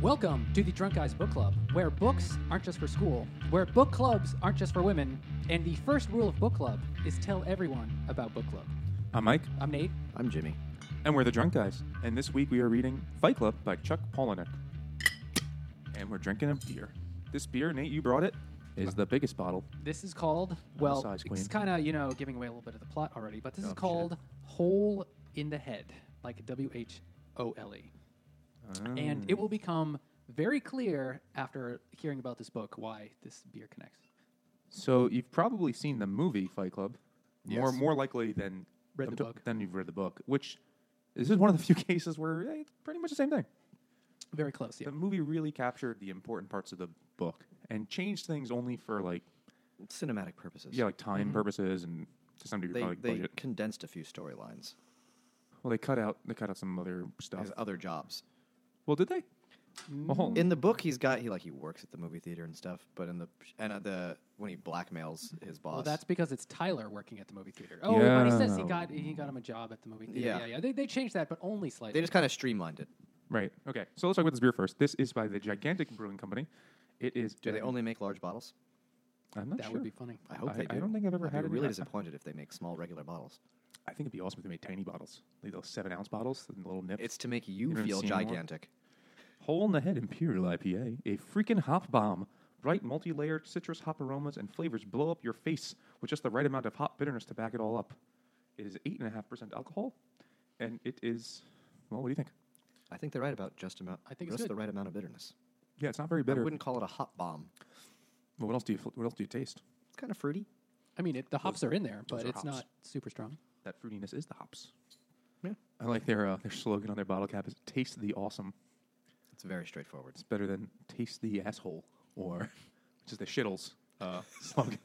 Welcome to the Drunk Guys Book Club, where books aren't just for school, where book clubs aren't just for women, and the first rule of book club is tell everyone about book club. I'm Mike, I'm Nate. I'm Jimmy. and we're the Drunk Guys. And this week we are reading Fight Club by Chuck Palahniuk, and we're drinking a beer. This beer, Nate, you brought it, is the biggest bottle. This is called well, size queen. Oh, it's kind of you know giving away a little bit of the plot already, but this is called Hole in the Head, like W H O L E, and it will become very clear after hearing about this book why this beer connects. So you've probably seen the movie Fight Club, more Yes. more likely than Read the than- book. than you've read the book. Which this is one of the few cases where eh, it's pretty much the same thing. Very close, yeah. The movie really captured the important parts of the book and changed things only for like Cinematic purposes. yeah, like time Mm-hmm. purposes and to some degree They, probably they budget. condensed a few storylines. Well, they cut out they cut out some other stuff. There's uh, other jobs. Well, did they? Well, hold on. In the book, he's got he like he works at the movie theater and stuff. But in the and at the when he blackmails his boss, Well, that's because it's Tyler working at the movie theater. Oh, but he says he Yeah. got he got him a job at the movie theater. Yeah, Yeah. yeah. They, they changed that, but only they slightly. just kind of streamlined it. Right. Okay. So let's talk about this beer first. This is by the Gigantic Brewing Company. It is. Do they only make large bottles? I'm not that sure. would be funny. I hope I- they I do. don't think I've ever I'd had be it. really I- disappointed if they make small regular bottles. I think it'd be awesome if they made tiny bottles, like those seven ounce bottles, and little nips. It's to make you haven't feel seen one? gigantic. Hole in the Head Imperial IPA, a freaking hop bomb. Bright, multi-layered citrus hop aromas and flavors blow up your face with just the right amount of hop bitterness to back it all up. It is eight and a half percent alcohol, and it is. Well, what do you think? I think they're right about just about I think it's just good. the right amount of bitterness. Yeah, it's not very I bitter. wouldn't call it a hot bomb. Well, what else do you? What else do you taste? It's kind of fruity. I mean, it, the hops are in there, but are it's hops. not super strong. That fruitiness is the hops. Yeah, I like their uh, their slogan on their bottle cap is "Taste the awesome." it's very straightforward. It's better than taste the asshole or which is the shittles uh, slogan.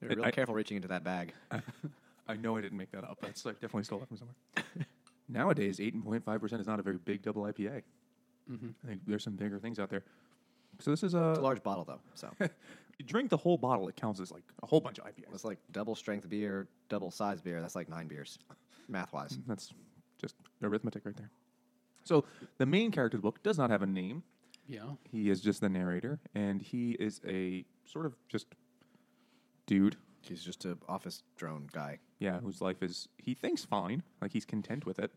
They're real I- careful reaching into that bag. I know I didn't make that up. That's like definitely stolen from somewhere. Nowadays, eight point five percent is not a very big double IPA. I think there's some bigger things out there. So this is Mm-hmm. It's a a large bottle though, so you drink the whole bottle. It counts as like a whole bunch of IPAs. It's like double strength beer, double size beer. That's like nine beers, math wise. That's just arithmetic right there. So the main character of the book does not have a name. Yeah. He is just the narrator, and he is a sort of just dude. He's just an office drone guy. Yeah, whose life is he thinks fine, like he's content with it.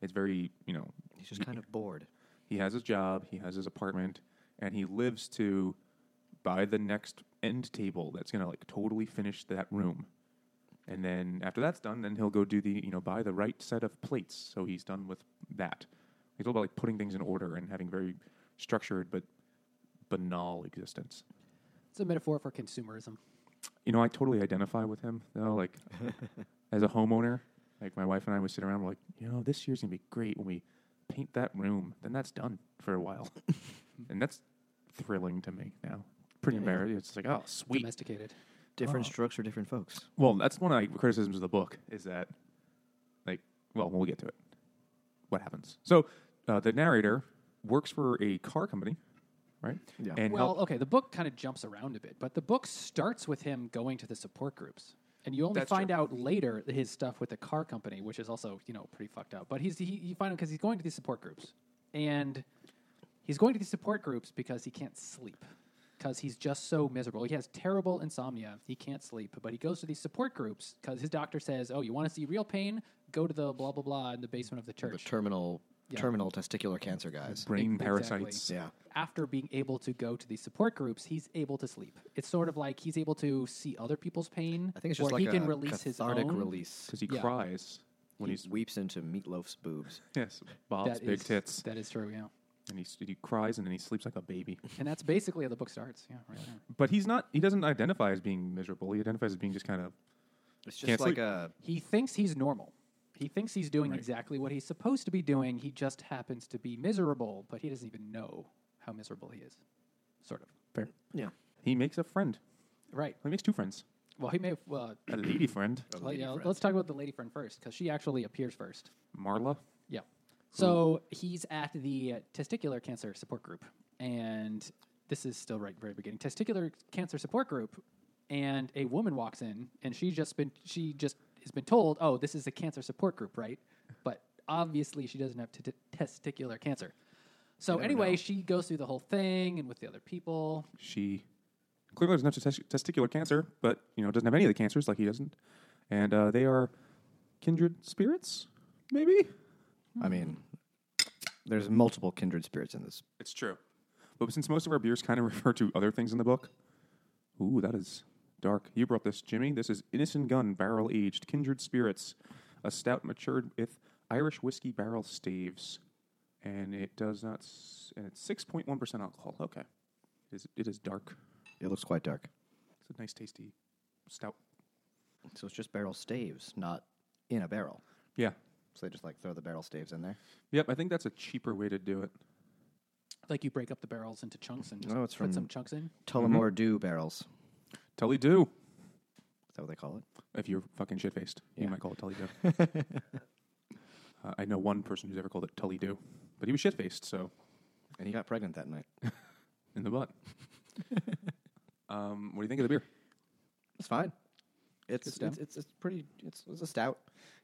It's very, you know, He's just kind of bored. he has his job, he has his apartment, and he lives to buy the next end table that's gonna like totally finish that room. And then after that's done, then he'll go do the you know buy the right set of plates. So he's done with that. He's all about like putting things in order and having very structured but banal existence. It's a metaphor for consumerism. You know, I totally identify with him though. Like, as a homeowner, like my wife and I would sit around, we're like, you know, this year's gonna be great when we paint that room. Then that's done for a while, and that's thrilling to me now. Pretty embarrassing. It's like, oh, sweet. Domesticated. Different strokes for different folks. Well, that's one of the criticisms of the book is that, like, well, we'll get to it. What happens? So, uh, the narrator works for a car company, right? Yeah. And Well, help- okay, the book kind of jumps around a bit, but the book starts with him going to the support groups. And you only That's find out later his stuff with the car company, which is also, you know, pretty fucked up. But he's he, you find out because he's going to these support groups. And he's going to these support groups because he can't sleep. Because he's just so miserable. He has terrible insomnia. He can't sleep. But he goes to these support groups because his doctor says, Oh, you want to see real pain? Go to the blah, blah, blah in the basement of the The church. terminal, terminal testicular cancer guys. brain Exactly. parasites. Yeah. after being able to go to these support groups, he's able to sleep. It's sort of like he's able to see other people's pain, I think it's just or like he a can release his cathartic own. release. Because he Yeah. cries when He he's weeps into Meatloaf's boobs. yes, Bob's That big is- tits, That is true, yeah. and he he cries and then he sleeps like a baby. And that's basically how the book starts. Yeah, right there. But he's not. He doesn't identify as being miserable. He identifies as being just kind of. It's just Can't like sleep. a He thinks he's normal. He thinks he's doing exactly what he's supposed to be doing. He just happens to be miserable, but he doesn't even know how miserable he is. Sort of. Fair. yeah. He makes a friend. Right. He makes two friends. Well, he may have. Well, A lady friend, let- yeah, let's talk about the lady friend first, because she actually appears first. Marla. Yeah. So he's at the uh, testicular cancer support group, and this is still right very beginning. Testicular cancer support group, and a woman walks in, and she's just been she just has been told, oh, this is a cancer support group, right? But obviously, she doesn't have t- testicular cancer. So anyway, she goes through the whole thing and with the other people. she clearly doesn't have tes- testicular cancer, but you know doesn't have any of the cancers like he doesn't, and uh, they are kindred spirits, maybe. I mean, there's multiple kindred spirits in this. It's true, but since most of our beers kind of refer to other things in the book, ooh, that is dark. You brought this, Jimmy. This is Innocent Gun Barrel Aged Kindred Spirits, a stout matured with Irish whiskey barrel staves, and it does not. S- and it's six point one percent alcohol. Okay, it is, it is dark. It looks quite dark. It's a nice, tasty stout. So it's just barrel staves, not in a barrel. Yeah, So they just like throw the barrel staves in there. Yep, I think that's a cheaper way to do it. Like you break up the barrels into chunks and just No, it's put from- some chunks in. Tullamore Dew barrels. Tully do. Is that what they call it? If you're fucking shit faced, you might call it Tully do. uh, I know one person who's ever called it Tully do, but he was shit faced, so And he got pregnant that night. in the butt. um, what do you think of the beer? It's fine. It's Good it's, stout. it's it's pretty. It's it's a stout.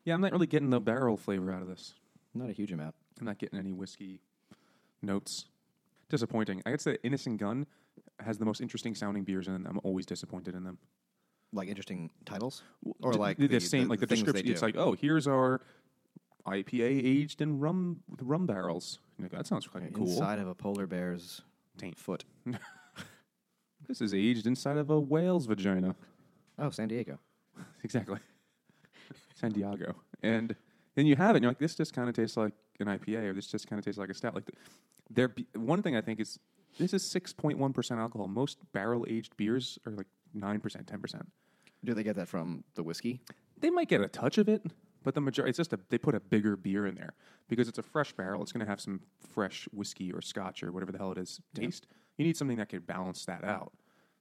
Yeah, I'm not really getting the barrel flavor out of this. Not a huge amount. I'm not getting any whiskey notes. Disappointing. I would say Innocent Gun has the most interesting sounding beers, and I'm always disappointed in them. Like interesting titles, or D- like the, same like the things they description. It's do. like, oh, here's our IPA aged in rum with rum barrels. You're like, that sounds fucking cool. inside of a polar bear's Taint. foot. This is aged inside of a whale's vagina. Oh, San Diego. Exactly. San Diego. And then you have it, and you're like, this just kind of tastes like an IPA, or this just kind of tastes like a stout. Like, th- there. Be, one thing I think is this is 6.1 percent alcohol. Most barrel aged beers are like nine percent, ten percent. Do they get that from the whiskey? They might get a touch of it, but the majority it's just a they put a bigger beer in there because it's a fresh barrel. It's going to have some fresh whiskey or scotch or whatever the hell it is taste. You need something that could balance that out.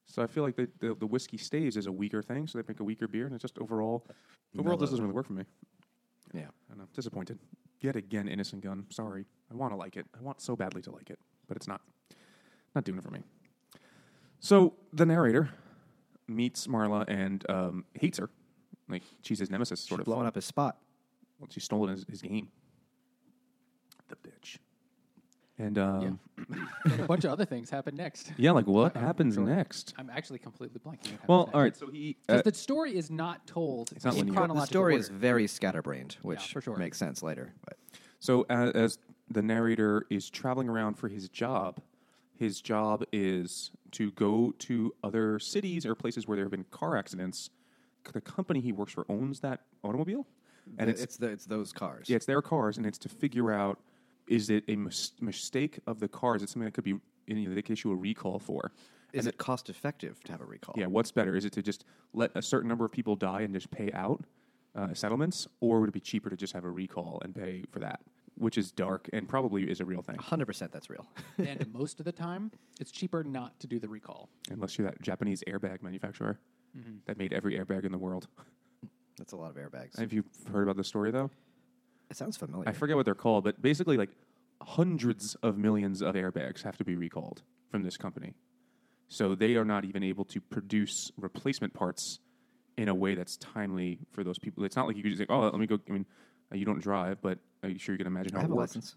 So I feel like the, the, the whiskey staves is a weaker thing, so they make a weaker beer, and it's just overall overall this doesn't really work for me. Yeah. I don't know, disappointed yet again. Innocent Gun, sorry. I want to like it. I want so badly to like it, but it's not not doing it for me. So the narrator meets Marla and um, hates her. Like she's his nemesis, sort of. Blowing up his spot. Well, she stole his, his game. The bitch. And um, And a bunch of other things happen next. yeah. like what happens next? I'm actually completely blanking. what Well, happens all next. right. So he. uh, Because the story is not told not in linear. The chronological The story order. is very scatterbrained, which for sure. makes sense later. But So as, as the narrator is traveling around for his job, his job is to go to other cities or places where there have been car accidents. The company he works for owns that automobile, and The- it's the, it's those cars. yeah, it's their cars, and it's to figure out is it a mis- mistake of the cars? It's something that could be you know, they could issue a recall for. Is it cost effective to have a recall? Yeah, what's better? Is it to just let a certain number of people die and just pay out uh, settlements, or would it be cheaper to just have a recall and pay for that? Which is dark and probably is a real thing. hundred percent. That's real. and most of the time, it's cheaper not to do the recall. unless you're that Japanese airbag manufacturer that made every airbag in the world. that's a lot of airbags. Have you heard about this story though? it sounds familiar. I forget what they're called, but basically, like hundreds of millions of airbags have to be recalled from this company. So they are not even able to produce replacement parts in a way that's timely for those people. It's not like you could just say, "Oh, let me go." I mean, uh, you don't drive, but are you sure you can imagine how I have it a works? license.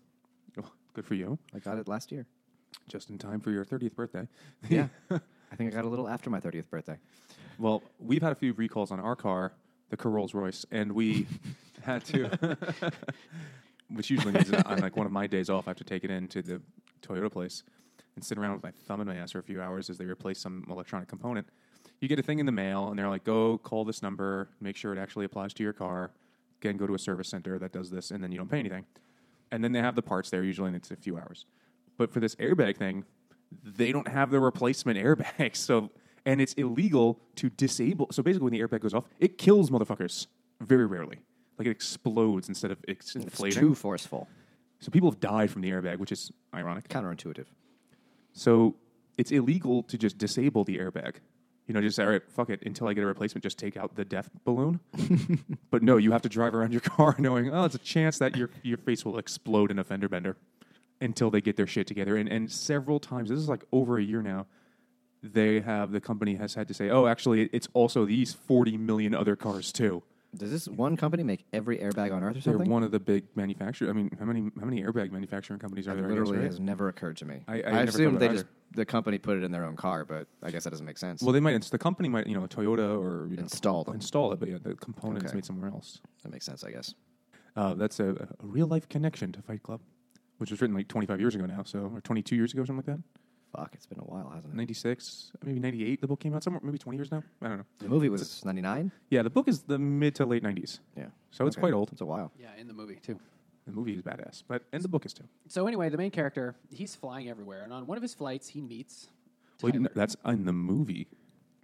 Oh, good for you, I got it last year. just in time for your thirtieth birthday. Yeah. I think I got a little after my thirtieth birthday. Well, we've had a few recalls on our car, the Rolls Royce, and we had to, which usually means that on like one of my days off, I have to take it into the Toyota place and sit around with my thumb in my ass for a few hours as they replace some electronic component. You get a thing in the mail, and they're like, "Go call this number, make sure it actually applies to your car." Again, go to a service center that does this, and then you don't pay anything. And then they have the parts there usually, and it's a few hours. But for this airbag thing, they don't have the replacement airbag. So, and it's illegal to disable. So basically, when the airbag goes off, it kills motherfuckers very rarely. Like it explodes instead of it's It's inflating. too forceful. So people have died from the airbag, which is ironic. Counterintuitive. So it's illegal to just disable the airbag. You know, just say, all right, fuck it. Until I get a replacement, just take out the death balloon. but no, you have to drive around your car knowing, oh, it's a chance that your your face will explode in a fender bender until they get their shit together. And and several times, this is like over a year now, they have the company has had to say, oh, actually, it's also these forty million other cars too. Does this one company make every airbag on Earth or something? They're one of the big manufacturers. I mean, how many how many airbag manufacturing companies are That there? I guess, literally right? has never occurred to me. I- I never assume thought assumed about they it just either. the company put it in their own car, but I guess that doesn't make sense. Well, they might. It's the company might, you know, Toyota or you know, Install them. install it, but yeah, the components Okay. made somewhere else. that makes sense, I guess. Uh, that's a, a real life connection to Fight Club, which was written like 25 years ago now, so or 22 years ago, something like that. Fuck, it's been a while, hasn't it? 96, maybe 98. The book came out somewhere, maybe 20 years now. I don't know. The movie was ninety nine. Yeah, the book is the mid to late 90s, Yeah, so it's quite old. It's a while. Yeah, in the movie too. The movie is badass, but and the book is too. So anyway, the main character he's flying everywhere, and on one of his flights he meets. Well, Tyler. that's in the movie.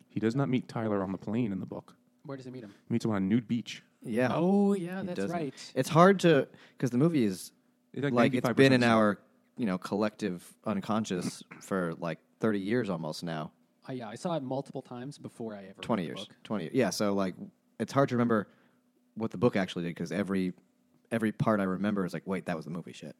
He does not meet Tyler on the plane in the book. Where does he meet him? He meets him on a nude beach. Yeah. Oh yeah, It that's doesn't- right. It's hard to because the movie is It's like, like it's 95% been in so. our you know collective unconscious for like thirty years almost now, I, Uh, yeah, I saw it multiple times before I ever read twenty the years, book. twenty. Yeah, so like it's hard to remember what the book actually did because every every part I remember is like, wait, that was the movie shit.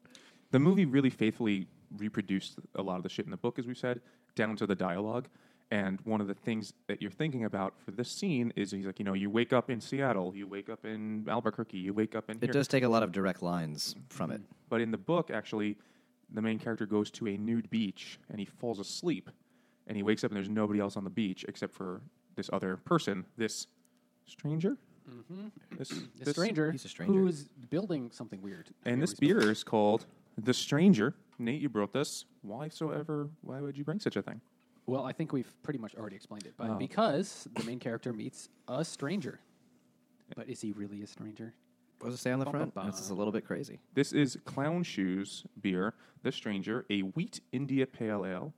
The movie really faithfully reproduced a lot of the shit in the book, as we said, down to the dialogue. And one of the things that you're thinking about for this scene is he's like, you know, you wake up in Seattle, you wake up in Albuquerque, you wake up in It here. does take a lot of direct lines from it. But in the book, actually, the main character goes to a nude beach and he falls asleep, and he wakes up and there's nobody else on the beach except for this other person, this stranger. Mm-hmm. This, This this- stranger, he's a stranger. who is building something weird. I forget And this what he's building. beer is called the Stranger. Nate, you brought this. Why so ever? Why would you bring such a thing? Well, I think we've pretty much already explained it, but because the main character meets a stranger. But is he really a stranger? What does it say on the front? Ba-ba-ba. This is a little bit crazy. This is Clown Shoes beer, The Stranger, a wheat India pale ale.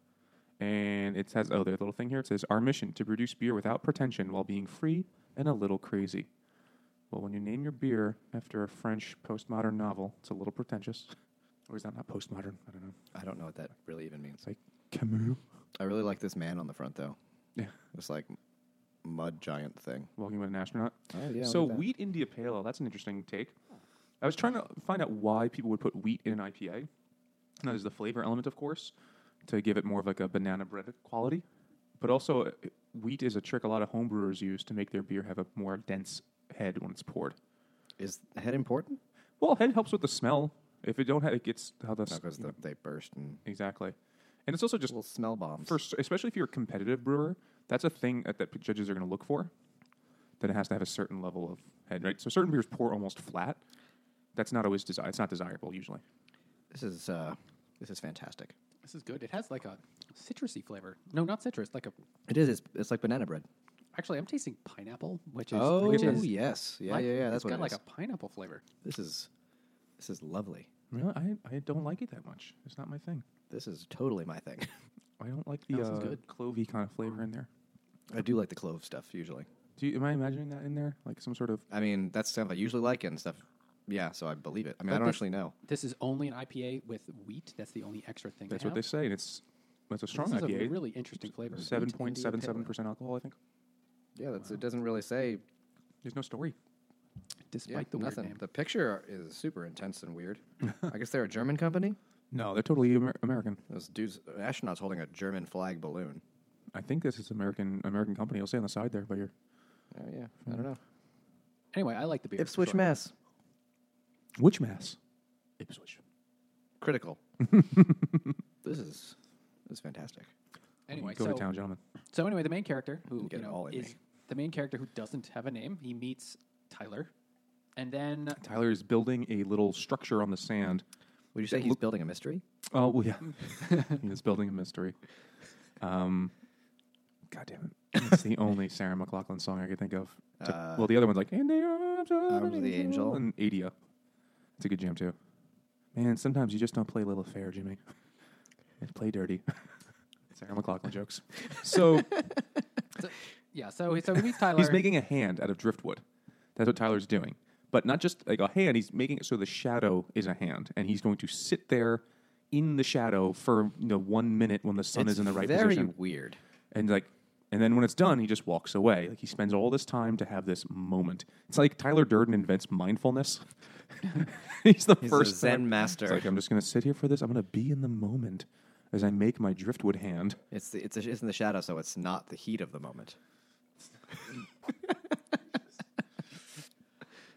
And it says, oh, there's a little thing here. It says, our mission to produce beer without pretension while being free and a little crazy. Well, when you name your beer after a French postmodern novel, it's a little pretentious. Or is that not postmodern? I don't know. I don't know what that really even means. It's like Camus I really like this man on the front though. Yeah. This like mud giant thing. walking with an astronaut. Oh, yeah, so, look at that. wheat India pale ale, that's an interesting take. I was trying to find out why people would put wheat in an IPA. And that is the flavor element, of course, to give it more of like a banana bread quality. But also, uh, wheat is a trick a lot of homebrewers use to make their beer have a more dense head when it's poured. Is head important? Well, head helps with the smell. If it don't have, it gets how the No, s- because they burst and exactly, and it's also just little smell bombs. for especially if you're a competitive brewer, that's a thing that, that judges are going to look for. That it has to have a certain level of head, right? So certain beers pour almost flat. That's not always desi- It's not desirable usually. This is uh, this is fantastic. This is good. It has like a citrusy flavor. No, not citrus. Like a. It is. It's, it's like banana bread. Actually, I'm tasting pineapple, which is oh which is yes, yeah, like- yeah, yeah. That's it's what got it like is. a pineapple flavor. This is this is lovely. Really, I, I don't like it that much. It's not my thing. This is totally my thing. I don't like the That uh, sounds good. clovey kind of flavor in there. I do like the clove stuff usually. Do you, am I imagining that in there like some sort of? I mean, that's stuff I usually like and stuff. Yeah, so I believe it. I mean, But I don't this- actually know. This is only an IPA with wheat. That's the only extra thing. That's they what they have. say, and it's that's a strong This is a IPA. really interesting flavor. Seven point seven seven percent alcohol, I think. Yeah, that's it. Doesn't really say. There's no story. despite Yeah, the weird nothing. name. The picture is super intense and weird. I guess they're a German company. No, they're totally Amer- American. Those dudes, astronauts holding a German flag balloon. I think this is American American company. I'll say on the side there, but you're Oh yeah, I don't know. Anyway, I like the beer. Ipswich, sure. Mass. Which mass? Ipswich. Critical. this is this is fantastic. Anyway, go so, to town, gentlemen. so anyway, the main character who Get you it know all in is me. the main character who doesn't have a name. He meets Tyler, and then Tyler is building a little structure on the sand. Would you say he's building a mystery? Oh well, yeah, he is building a mystery. Um, God damn it! It's the only Sarah McLaughlin song I could think of. To- Uh, well, the other one's like "In the Arms of Arms an of the Angel. and Adia. It's a good jam too. Man, sometimes you just don't play little fair, Jimmy. And play dirty. Sarah McLaughlin jokes. So so- yeah, so so he meets Tyler. He's making a hand out of driftwood. That's what Tyler's doing. But not just like a hand, he's making it so the shadow is a hand. And he's going to sit there in the shadow for you know one minute when the sun is in the right very position. weird. And like and then when it's done, he just walks away. Like he spends all this time to have this moment. It's like Tyler Durden invents mindfulness. he's the He's first a Zen time- master. It's like I'm just gonna sit here for this. I'm gonna be in the moment as I make my driftwood hand. It's the, it's, a, it's in the shadow, so it's not the heat of the moment.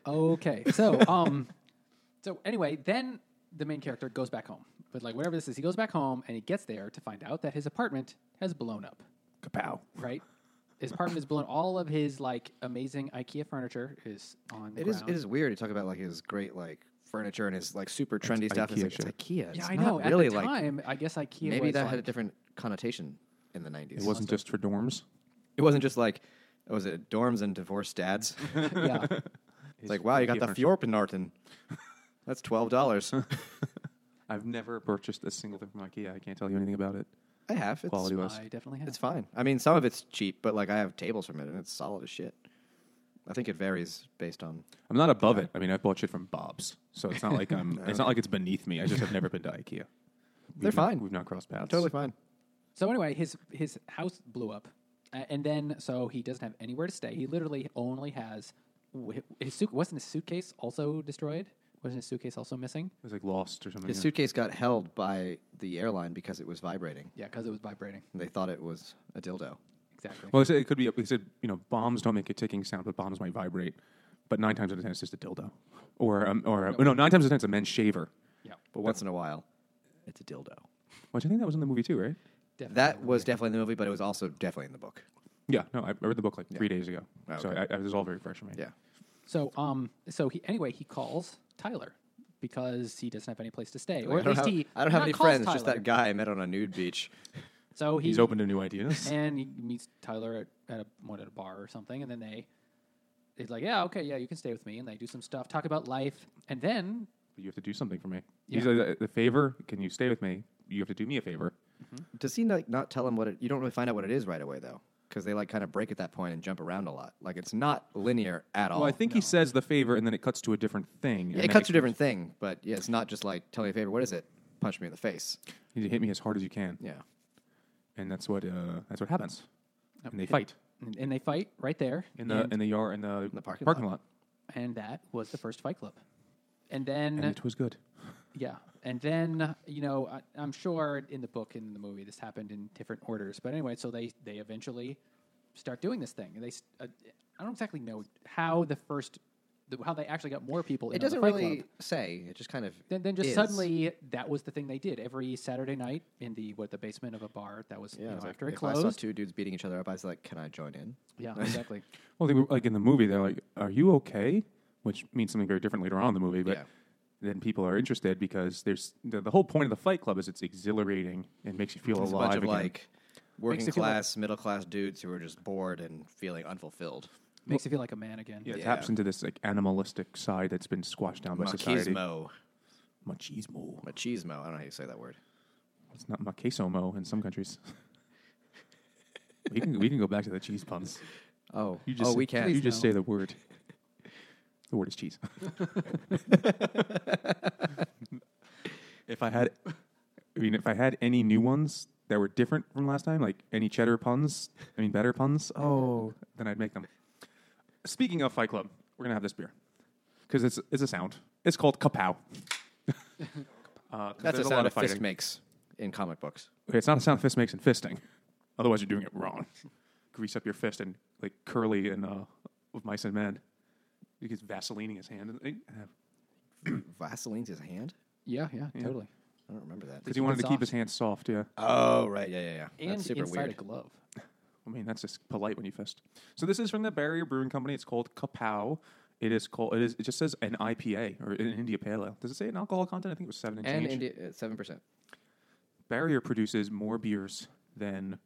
Okay. So, um, so anyway, then the main character goes back home. But like whatever this is, he goes back home and he gets there to find out that his apartment has blown up. Kapow. Right. His apartment is blown. All of his like amazing IKEA furniture is on the It is. ground. It is weird to talk about like his great like furniture and his like super trendy stuff. IKEA it's like shit. it's IKEA. It's Yeah, I not know. really At the like time, I guess IKEA. maybe was that like, had a different connotation in the nineties. It wasn't just for dorms. It wasn't just like was it dorms and divorced dads? it's yeah. like wow, you got the different. Fjorpenarten. That's twelve dollars. I've never purchased a single thing from IKEA. I can't tell you anything about it. I have. It's, Quality was I definitely have. It's fine. I mean, some of it's cheap, but like I have tables from it, and it's solid as shit. I think it varies based on. I'm not above it. I mean, I bought shit from Bob's, so it's not like I'm. It's not like it's beneath me. I just have never been to IKEA. We've They're not- fine. We've not crossed paths. Totally fine. So anyway, his his house blew up, uh, and then so he doesn't have anywhere to stay. He literally only has wh- his suit. Wasn't his suitcase also destroyed? Wasn't his suitcase also missing? It was like lost or something. His yeah. suitcase got held by the airline because it was vibrating. Yeah, because it was vibrating. They thought it was a dildo. Exactly. Well, they said it could be. They said you know bombs don't make a ticking sound, but bombs might vibrate. But nine times out of ten, it's just a dildo, or um, or no. no, nine times out of ten, it's a men's shaver. yeah, But once in a while, it's a dildo. Which I think that was in the movie too, right? definitely. That was definitely in the movie, but it was also definitely in the book. Yeah. No, I, I read the book like three days ago, Oh, so okay. I, I, it was all very fresh for me. Yeah. so um so he anyway he calls Tyler because he doesn't have any place to stay, or I at don't least have, he. I don't not have any calls friends, just Tyler. that guy I met on a nude beach. So he He's open to new ideas. and he meets Tyler at, at a one at a bar or something, and then they. It's like, yeah, okay, yeah, you can stay with me, and they do some stuff, talk about life, and then you have to do something for me. Yeah. He's like, the favor. Can you stay with me? You have to do me a favor. Does he like not tell him what it? You don't really find out what it is right away though, because they like kind of break at that point and jump around a lot. Like it's not linear at all. Well, I think he says the favor, and then it cuts to a different thing. Oh, Yeah, it cuts to a different thing, but yeah, it's not just like tell me a favor. What is it? Punch me in the face. You hit me as hard as you can. Yeah. and that's what uh, that's what happens. And they fight and, and they fight right there in the and, in the yard in the, the parking lot. and that was the first Fight Club, and then and it was good. yeah, and then you know I, I'm sure in the book and in the movie this happened in different orders, but anyway, so they they eventually start doing this thing, and they s- uh, I don't exactly know how the first the, how they actually got more people. in It on the doesn't Fight really Club. say. It just kind of Then, then just is. suddenly, that was the thing they did every Saturday night in the what the basement of a bar that was you Yeah, know, it's like, after it if I saw closed. two dudes beating each other up, I was like, "Can I join in?" Yeah, exactly. Well, they were like in the movie. They're like, "Are you okay?" Which means something very different later on in the movie. But Yeah. then people are interested because there's the, the whole point of the Fight Club is it's exhilarating and makes you feel It's a alive bunch of again. like working you feel like- class, middle class dudes who are just bored and feeling unfulfilled. Makes you feel like a man again. yeah, it yeah. taps into this like animalistic side that's been squashed down by society. Machismo. Machismo. Machismo. I don't know how you say that word. It's not machesomo in some countries. we can we can go back to the cheese puns. Oh, You just oh, we can. You Please just no. say the word. The word is cheese. if I had, I mean, if I had any new ones that were different from last time, like any cheddar puns, I mean, better puns. Oh, then I'd make them. Speaking of Fight Club, we're gonna have this beer because it's it's a sound. It's called kapow. uh, 'cause That's a there's sound a fist makes in comic books. Okay, it's not a sound fist makes in fisting. Otherwise, you're doing it wrong. Grease up your fist and like curly and uh, with mice and men. He gets Vaseline in his hand uh, because Vaseline's his hand. yeah, yeah, totally. I don't remember that. he wanted to Soft. keep his hands soft. Yeah, Oh right, yeah, yeah, yeah. And That's super inside weird. a glove. I mean that's just polite when you fist. So this is from the Barrier Brewing Company. It's called Kapow. It is called. It is. It just says an IPA or an India Pale Ale. Does it say an alcohol content? I think it was seven and, and change. India seven percent. Barrier produces more beers than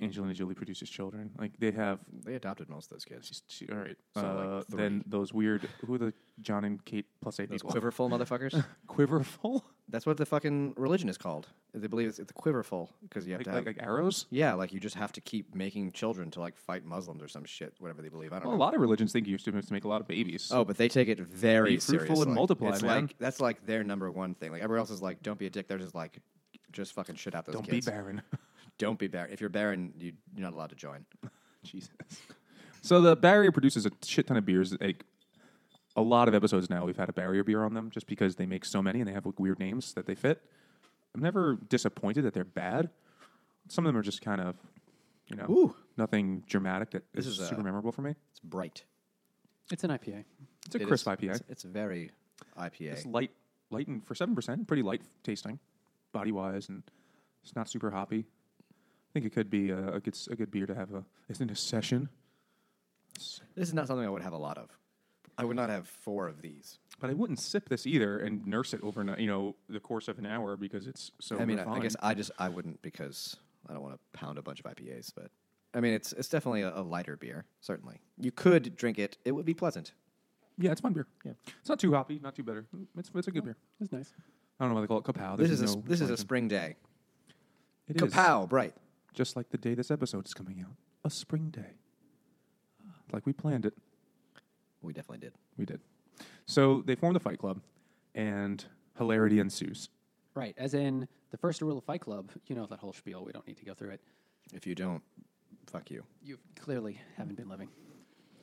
Angelina Jolie produces children. Like they have They adopted most of those kids. She's she, all right. So, like, Uh, three. then those weird who are the John and Kate plus eight Those people? quiverful motherfuckers. Quiverful, That's what the fucking religion is called. They believe it's, it's quiverful because you have like, to have. like, like arrows. yeah, like you just have to keep making children to like fight Muslims or some shit, whatever they believe. I don't Well, a know. lot of religions think you're supposed to make a lot of babies. Oh, but they take it very Be fruitful and seriously. multiply, It's man. like that's like their number one thing. Like everyone else is like, don't be a dick. They're just like, just fucking shit out those don't kids. be barren. Don't be barren. If you're barren, you, you're not allowed to join. Jesus. So the barrier produces a shit ton of beers. Like a lot of episodes now, we've had a barrier beer on them just because they make so many and they have like, weird names that they fit. I'm never disappointed that they're bad. Some of them are just kind of, you know, Ooh. nothing dramatic that This is is a- super memorable for me. It's bright. It's an IPA. It's a It crisp is- IPA. It's, it's very IPA. It's light, light and for seven percent, pretty light tasting, body wise, and it's not super hoppy. I think it could be a, a good s- a good beer to have a isn't a session. this is not something I would have a lot of. I would not have four of these. But I wouldn't sip this either and nurse it overnight. You know, the course of an hour because it's so. I mean, I, I refined. guess I just I wouldn't because I don't want to pound a bunch of IPAs. But I mean, it's it's definitely a, a lighter beer. Certainly, you could drink it. It would be pleasant. yeah, it's fun beer. Yeah, it's not too hoppy, not too bitter. Mm, It's it's a good beer. It's nice. I don't know why they call it kapow. This There's is a, no this is a origin. spring day. It is. Kapow! Bright. just like the day this episode is coming out, a spring day, like we planned it. We definitely did. We did. So they formed the Fight Club, and hilarity ensues. Right, as in the first rule of Fight Club. You know that whole spiel. We don't need to go through it. If you don't, fuck you. You clearly haven't been living.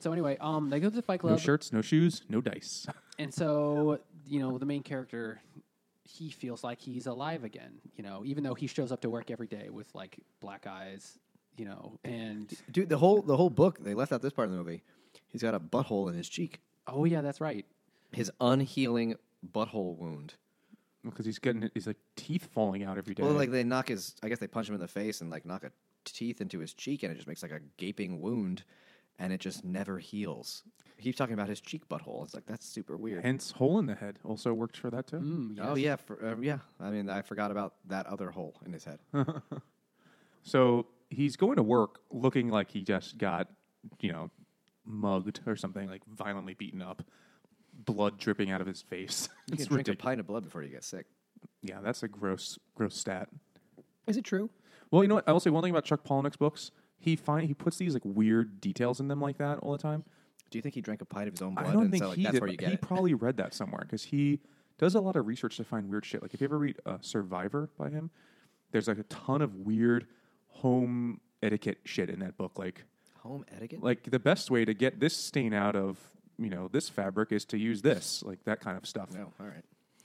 So anyway, um, they go to the Fight Club. No shirts, no shoes, no dice. And so, you know, the main character, he feels like he's alive again, you know, even though he shows up to work every day with like black eyes, you know, and Dude, the whole the whole book they left out this part of the movie. He's got a butthole in his cheek. oh, yeah, that's right. His unhealing butthole wound. Because he's getting his like teeth falling out every day. Well, like they knock his. I guess they punch him in the face and like knock a teeth into his cheek, and it just makes like a gaping wound, and it just never heals. He keeps talking about his cheek butthole. It's like that's super weird. Hence, hole in the head also worked for that too. Oh yeah, for, uh, yeah. I mean, I forgot about that other hole in his head. So he's going to work looking like he just got, you know, mugged or something, like violently beaten up, blood dripping out of his face. you can it's drink a ridiculous. pint of blood before you get sick. Yeah, that's a gross, gross stat. Is it true? Well, you know what? I will say one thing about Chuck Palahniuk's books. He find he puts these like weird details in them like that all the time. Do you think he drank a pint of his own blood? I don't and think so, like, he that's did. where you but get he it. probably read that somewhere because he does a lot of research to find weird shit. Like if you ever read uh, Survivor by him, there's like a ton of weird home etiquette shit in that book. Like Home etiquette. like the best way to get this stain out of you know this fabric is to use this like that kind of stuff no, all right.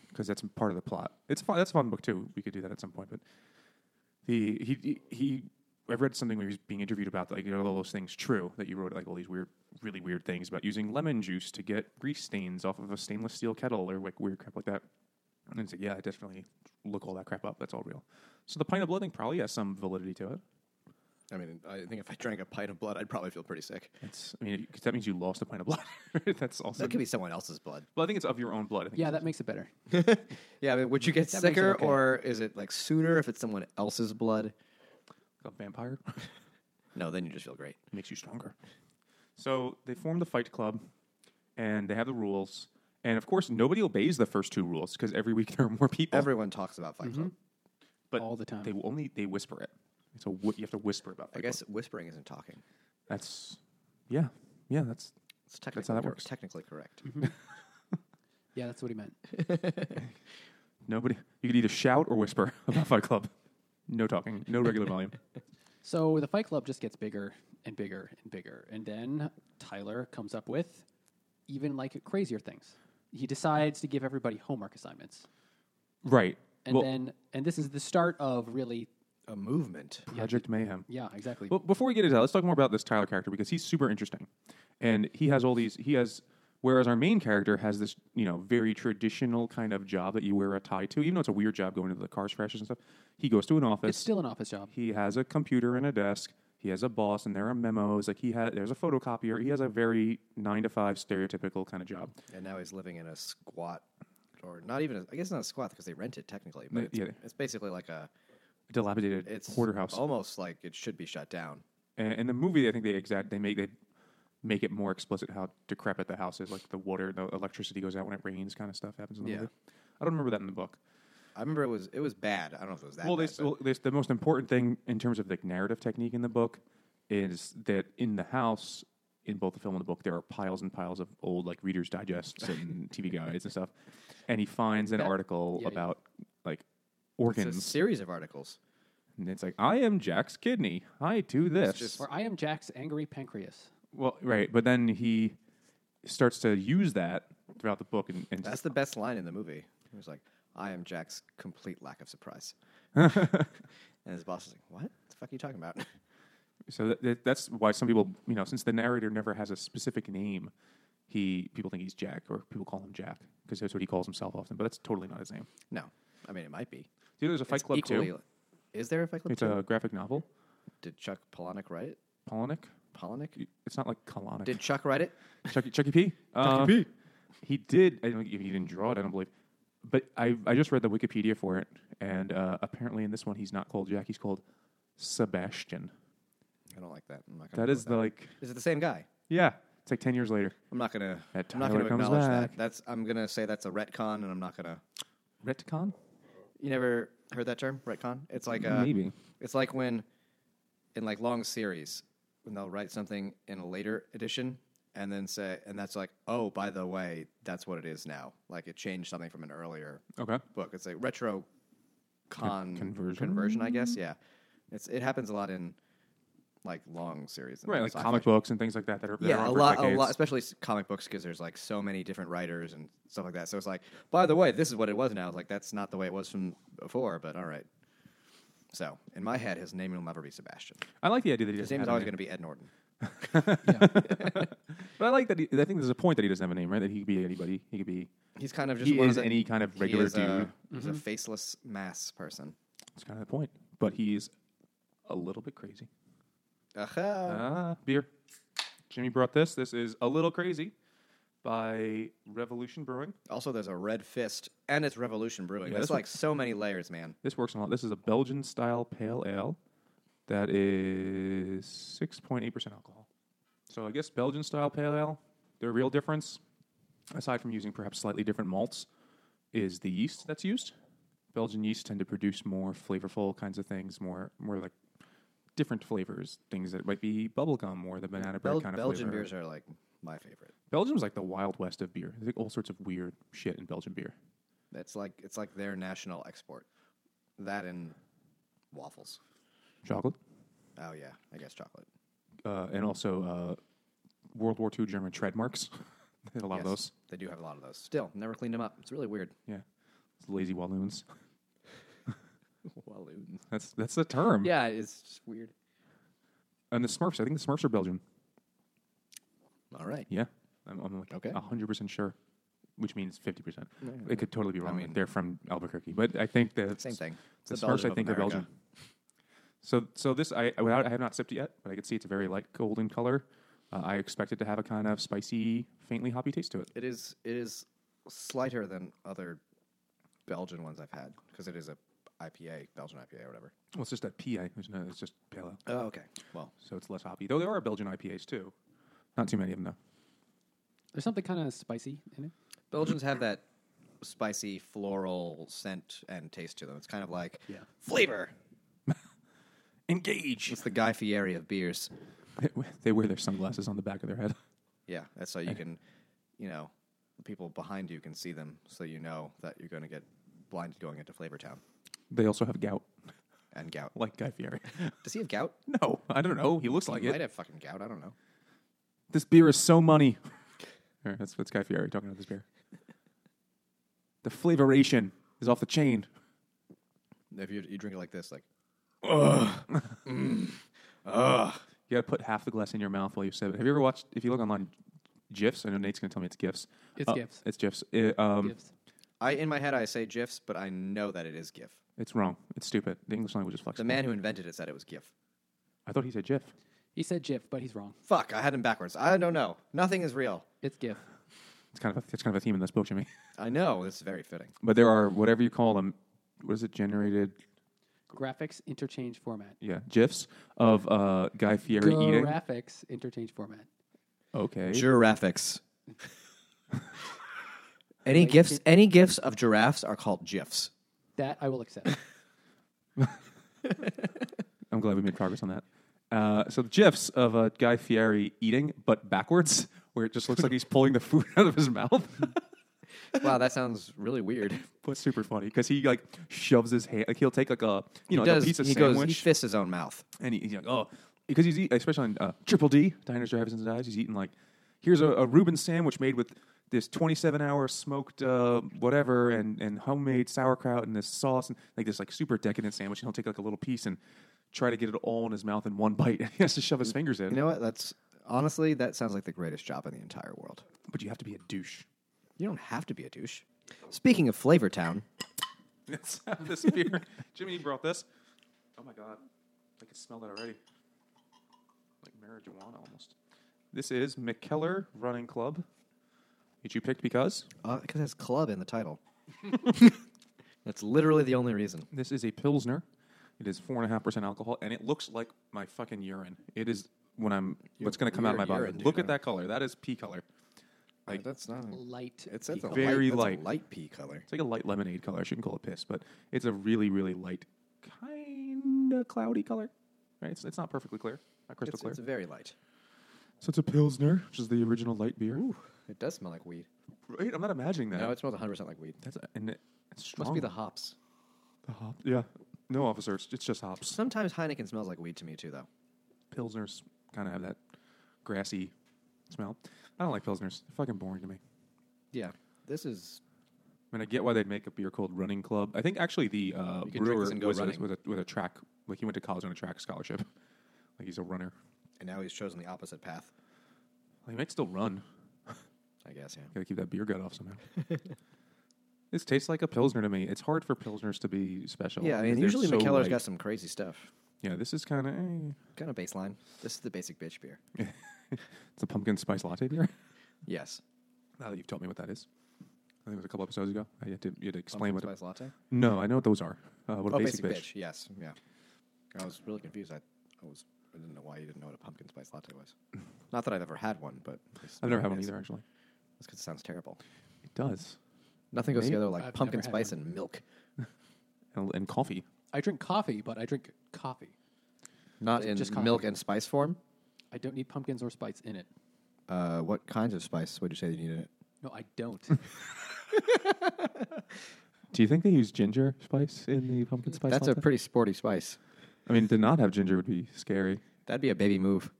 because that's part of the plot. It's fun. That's a fun book too. We could do that at some point. But the he he, he I've read something where he was being interviewed about like are all those things true that you wrote like all these weird, really weird things about using lemon juice to get grease stains off of a stainless steel kettle or like weird crap like that. And it's like, yeah, I definitely look all that crap up. That's all real. So the pint of blood thing probably has some validity to it. I mean, I think if I drank a pint of blood, I'd probably feel pretty sick. It's I mean 'cause that means you lost a pint of blood. that's also. That could be someone else's blood. well, I think it's of your own blood. I think Yeah, that makes it better. Yeah, I mean, would you get That makes it sicker, okay. or is it like sooner if it's someone else's blood? it's a vampire. No, then you just feel great. makes you stronger. So they form the fight club and they have the rules. And of course, nobody obeys the first two rules because every week there are more people. Everyone talks about Mm-hmm. Fight Club. but all the time. They will only they whisper it. It's a whi- you have to whisper about. I Fight guess whispering isn't talking. Club. that's yeah, yeah. That's It's technically, how that cor- works. Mm-hmm. technically correct. Yeah, that's what he meant. nobody. You could either shout or whisper about Fight Club. No talking. No regular volume. So the Fight Club just gets bigger and bigger and bigger. And then Tyler comes up with even like crazier things. He decides to give everybody homework assignments. Right. And well, then, and this is the start of really, A movement. Project Mayhem. yeah, exactly. Well, before we get into that, let's talk more about this Tyler character because he's super interesting, and he has all these. He has whereas our main character has this, you know, very traditional kind of job that you wear a tie to, even though it's a weird job going to the car crashes and stuff. He goes to an it's office. still an office job. he has a computer and a desk. He has a boss, and there are memos. Like he had, there's a photocopier. He has a very nine to five stereotypical kind of job. And now he's living in a squat, or not even, a, I guess not a squat because they rent it technically, but it's, yeah. it's basically like a, Dilapidated it's porterhouse. almost like it should be shut down. And in the movie, I think they exact they make they make it more explicit how decrepit the house is, like the water, the electricity goes out when it rains, kind of stuff happens in the Yeah. movie. I don't remember that in the book. I remember it was, it was bad. I don't know if it was that Well, bad. they, but well they, the most important thing in terms of the narrative technique in the book is that in the house, in both the film and the book, there are piles and piles of old like Reader's Digests and TV guides and stuff. And he finds an article yeah. about like it's a organs, series of articles. and it's like, "I am Jack's kidney. I do this." just- Or I am Jack's angry pancreas. Well, right, but then he starts to use that throughout the book, and, and That's the best line in the movie. He was like, I am Jack's complete lack of surprise. and his boss is like, What the fuck are you talking about? so that, that- that's why some people, you know, since the narrator never has a specific name, he people think he's Jack or people call him Jack because that's what he calls himself often. But that's totally not his name. No, I mean it might be. The other is a Fight It's Club equally, too. Is there a Fight Club It's two? a graphic novel. Did Chuck Palahniuk write it? Polonic. Palahniuk? It's not like colonic. Did Chuck write it? Chucky, Chucky P. Uh, P. He did. I don't. He didn't draw it. I don't believe. But I, I just read the Wikipedia for it, and uh, apparently in this one he's not called Jack. He's called Sebastian. I don't like that. I'm not gonna That go is with the like. Is it the same guy? Yeah, it's like ten years later. I'm not gonna. That I'm not Tyler gonna comes acknowledge back. that. That's. I'm gonna say that's a retcon, and I'm not gonna. Retcon. You never heard that term, retcon? It's like uh Maybe. It's like when, in like long series, when they'll write something in a later edition, and then say, and that's like, oh, by the way, that's what it is now. Like it changed something from an earlier Okay. book. It's a retro con Oh. conversion? conversion, I guess. Yeah, it's it happens a lot in like long series, and Right, like sci-fi. comic books and things like that. That are that are Yeah, on a for lot, a decades. lot, especially s- comic books because there's like so many different writers and stuff like that. So it's like, by the way, this is what it was now. Like that's not the way it was from before, but all right. So in my head, his name will never be Sebastian. I like the idea that he His doesn't have name is a always name. going to be Ed Norton. But I like that. He, I think there's a point that he doesn't have a name, right? That he could be anybody. He could be. He's kind of just He one is of the, any kind of he regular is a- dude. He's a faceless mass person. That's kind of the point. But he's a little bit crazy. Aha. Ah, beer. Jimmy brought this. This is a little crazy by Revolution Brewing. Also, there's a Red Fist, and it's Revolution Brewing. Yeah, There's this one- like so many layers, man. This works on a lot. This is a Belgian style pale ale that is 6.8% alcohol. So I guess Belgian style pale ale, the real difference, aside from using perhaps slightly different malts, is the yeast that's used. Belgian yeasts tend to produce more flavorful kinds of things, more more like different flavors, things that might be bubblegum or the banana bread Bel- kind of Belgian flavor. beers are like my favorite. Belgium's like the wild west of beer. There's like all sorts of weird shit in Belgian beer. It's like it's like their national export. That and waffles. Chocolate, Oh yeah, I guess chocolate. uh, and also uh, World War II German trademarks. they had a lot of Yes, those. They do have a lot of those. Still, never cleaned them up. It's really weird. Yeah, It's lazy Walloons. Walloon. That's that's the term. Yeah, it's just weird. And the Smurfs. I think the Smurfs are Belgian. All right. Yeah, I'm, I'm like Okay. hundred percent sure, which means fifty percent. It could totally be wrong. They're from Albuquerque, but I think the Same thing. It's The the Smurfs, I Belgium of think, are America. Belgian. So, so this I I- without I have not sipped it yet, but I can see it's a very light golden color. Uh, I expect it to have a kind of spicy, faintly hoppy taste to it. It is. It is slighter than other Belgian ones I've had because it is a IPA, Belgian IPA or whatever. Well, it's just that PA. There's no, it's just pale ale. Oh, okay. Well, So it's less hoppy. Though there are Belgian IPAs too. Not too many of them though. There's something kind of spicy in it. Belgians have that spicy floral scent and taste to them. It's kind of like Yeah. flavor. Engage. It's the Guy Fieri of beers. they wear their sunglasses on the back of their head. Yeah, that's so you can, you know, the people behind you can see them, so you know that you're going to get blinded going into Flavor Town They also have gout, and gout. like Guy Fieri. Does he have gout? no, I don't know. He looks like He it. might have fucking gout. I don't know. This beer is so money. All right, that's that's Guy Fieri talking about this beer. the flavoration is off the chain. If you, you drink it like this, like You got to put half the glass in your mouth while you sip it. Have you ever watched? If you look online, GIFs. I know Nate's going to tell me it's GIFs. It's Uh, GIFs. It's GIFs. It, um, Gifts. I in my head I say gifs, but I know that it is gif. It's wrong. It's stupid. The English language is The flexible. man who invented it said it was gif. I thought he said GIF. He said GIF, but he's wrong. Fuck, I had him backwards. I don't know. Nothing is real. It's GIF. It's kind of a, it's kind of a theme in this book, Jimmy. I know. This is very fitting. But there are whatever you call them. What is it? Generated. Graphics interchange format. Yeah, GIFs of uh, Guy Fieri eating. Graphics interchange format. Okay. Giraffics. any gifs? Any gifs of giraffes are called gifs. That I will accept. I'm glad we made progress on that. Uh, so the GIFs of uh, Guy Fieri eating, but backwards, where it just looks like he's pulling the food out of his mouth. Wow, that sounds really weird. But super funny because he like shoves his hand, like he'll take like a you know like does, a piece of he sandwich, goes, he fists his own mouth. and he, he's like, oh, because he's eat, especially on uh, Triple D Diners, Drive-ins, and Dives, he's eating like, here's a, a Reuben sandwich made with this 27 hour smoked uh, whatever and and homemade sauerkraut and this sauce and like this like super decadent sandwich, and he'll take like a little piece and try to get it all in his mouth in one bite, and he has to shove his fingers in. You know what? That's honestly, that sounds like the greatest job in the entire world. but you have to be a douche. You don't have to be a douche. Speaking of Flavor Town, Let's have this beer. Jimmy, you brought this. Oh my god, I can smell that already. Like marijuana almost. This is McKellar Running Club, which you picked because because uh, it has club in the title. That's literally the only reason. this is a pilsner. It is four and a half percent alcohol, and it looks like my fucking urine. It is when I'm what's going to come out of my weird body. urine, dude. Look at that color. That is pea color. Like- that's not. Light. It says a peacock. Very light, light. That's a light pea color. It's like a light lemonade color. I shouldn't call it piss, but it's a really, really light, kind of cloudy color. Right? It's, it's not perfectly clear, not crystal It's, clear. it's very light. so it's a pilsner, which is the original light beer. It does smell like weed. Right? I'm not imagining that. No, it smells 100 percent like weed. That's and it- it's strong. Must be the hops. The hop. Yeah. No officer. It's, it's just hops. Sometimes Heineken smells like weed to me too, though. Pilsners kind of have that grassy smell. I don't like pilsners. They're fucking boring to me. Yeah, this is I mean, I get why they'd make a beer called Running Club. I think actually the uh, You can drink brewer this and go was a, running. was, a, was a track. Like he went to college on a track scholarship. Like he's a runner. and now he's chosen the opposite path. Well, he might still run. I guess. Yeah. Got to keep that beer gut off somehow. this tastes like a pilsner to me. It's hard for pilsners to be special. Yeah, I mean, because they're usually so McKellar's light. got some crazy stuff. Yeah, this is kind of. Eh. Kind of baseline. This is the basic bitch beer. It's a pumpkin spice latte beer. Yes. Now that you've taught me what that is, I think it was a couple episodes ago. I had to, you had to explain Pumpkin what. spice latte. It, no, I know what those are. Uh, what Oh, a basic, bitch. Yes. Yeah. I was really confused. I, I was. I didn't know why you didn't know what a pumpkin spice latte was. Not that I've ever had one, but it's- I've never had one it is. either, actually. That's because it sounds terrible. It does. Nothing goes together like I've pumpkin never had spice and milk. And, and coffee. I drink coffee, but I drink coffee. Not Just- in just coffee. milk and spice form. I don't need pumpkins or spice in it. Uh, what kinds of spice would you say you need in it? No, I don't. Do you think they use ginger spice in the pumpkin spice? That's a latte? pretty sporty spice. I mean, to not have ginger would be scary. That'd be a baby move.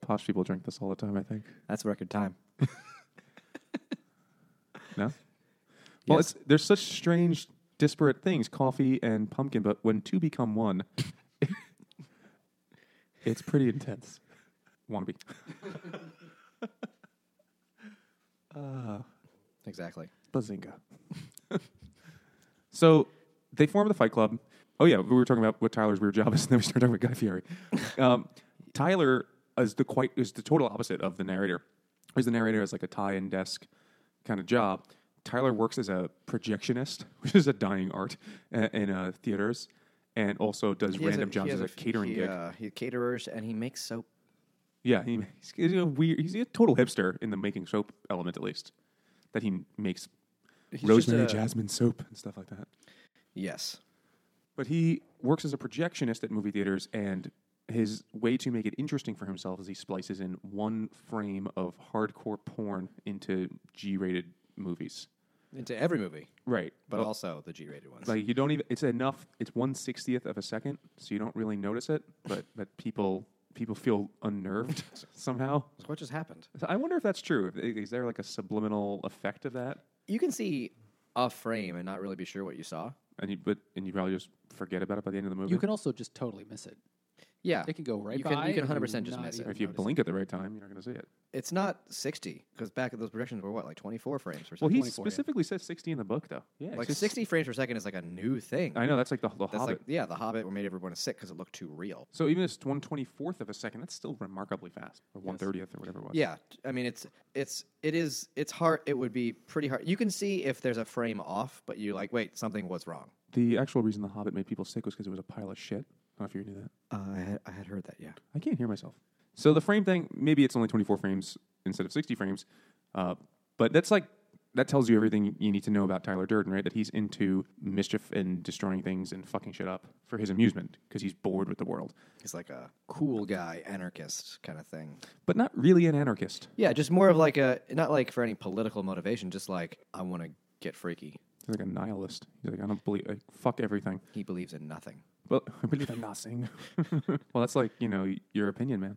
Posh people drink this all the time. I think. That's record time. No. Well, Yes. it's there's such strange, disparate things, coffee and pumpkin, but when two become one, it's pretty intense. Wannabe. Ah. Exactly. Bazinga. so they formed the Fight Club. Oh yeah, we were talking about what Tyler's weird job is, and then we started talking about Guy Fieri. Um, Tyler is the quite is the total opposite of the narrator. Whereas the narrator has like a tie and desk kind of job. Tyler works as a projectionist, which is a dying art uh, in uh, theaters, and also does He has random jobs he as has a, catering he, gig. Uh, he caterers and he makes soap. Yeah, he, he's, he's a weird. He's a total hipster in the making soap element, at least. That he makes just rosemary a- jasmine soap and stuff like that. Yes. But he works as a projectionist at movie theaters, and his way to make it interesting for himself is he splices in one frame of hardcore porn into G-rated movies. Into every movie, Right, but also the G-rated ones. like you don't even. It's enough. It's one sixtieth of a second, so you don't really notice it. But but people people feel unnerved somehow. So what just happened? So I wonder if that's true. If- Is there like a subliminal effect of that? You can see a frame and not really be sure what you saw. And you but and you probably just forget about it by the end of the movie. you can also just totally miss it. Yeah, It can go right You can, by you can and 100 percent just not miss even- if it. you notice blink at the right time, you're not going to see it. It's not 60 because back at those projections were what like 24 frames per second. Well, he 24, yeah. specifically says sixty in the book, though. Yeah, like it's- 60 frames per second is like a new thing. I know that's like the, the That's Hobbit. like yeah, The Hobbit made everyone sick because it looked too real. so even if it's one twenty fourth of a second, that's still remarkably fast, or one thirtieth, or whatever it was. Yeah, I mean it's it's it is it's hard. It would be pretty hard. You can see if there's a frame off, but you like wait something was wrong. The actual reason the Hobbit made people sick was because it was a pile of shit. I don't know if you knew that. Uh, I had, I had heard that. Yeah, I can't hear myself. So the frame thing, maybe it's only twenty four frames instead of sixty frames, uh, but that's like that tells you everything you need to know about Tyler Durden, right? That he's into mischief and destroying things and fucking shit up for his amusement because he's bored with the world, he's like a cool guy, anarchist kind of thing. but not really an anarchist. Yeah, just more of Mm-hmm. like a not like for any political motivation, just like I want to get freaky. He's like a nihilist. He's like, I don't believe, like, fuck everything. He believes in nothing. Well, I believe in nothing. well, that's like you know your opinion, man.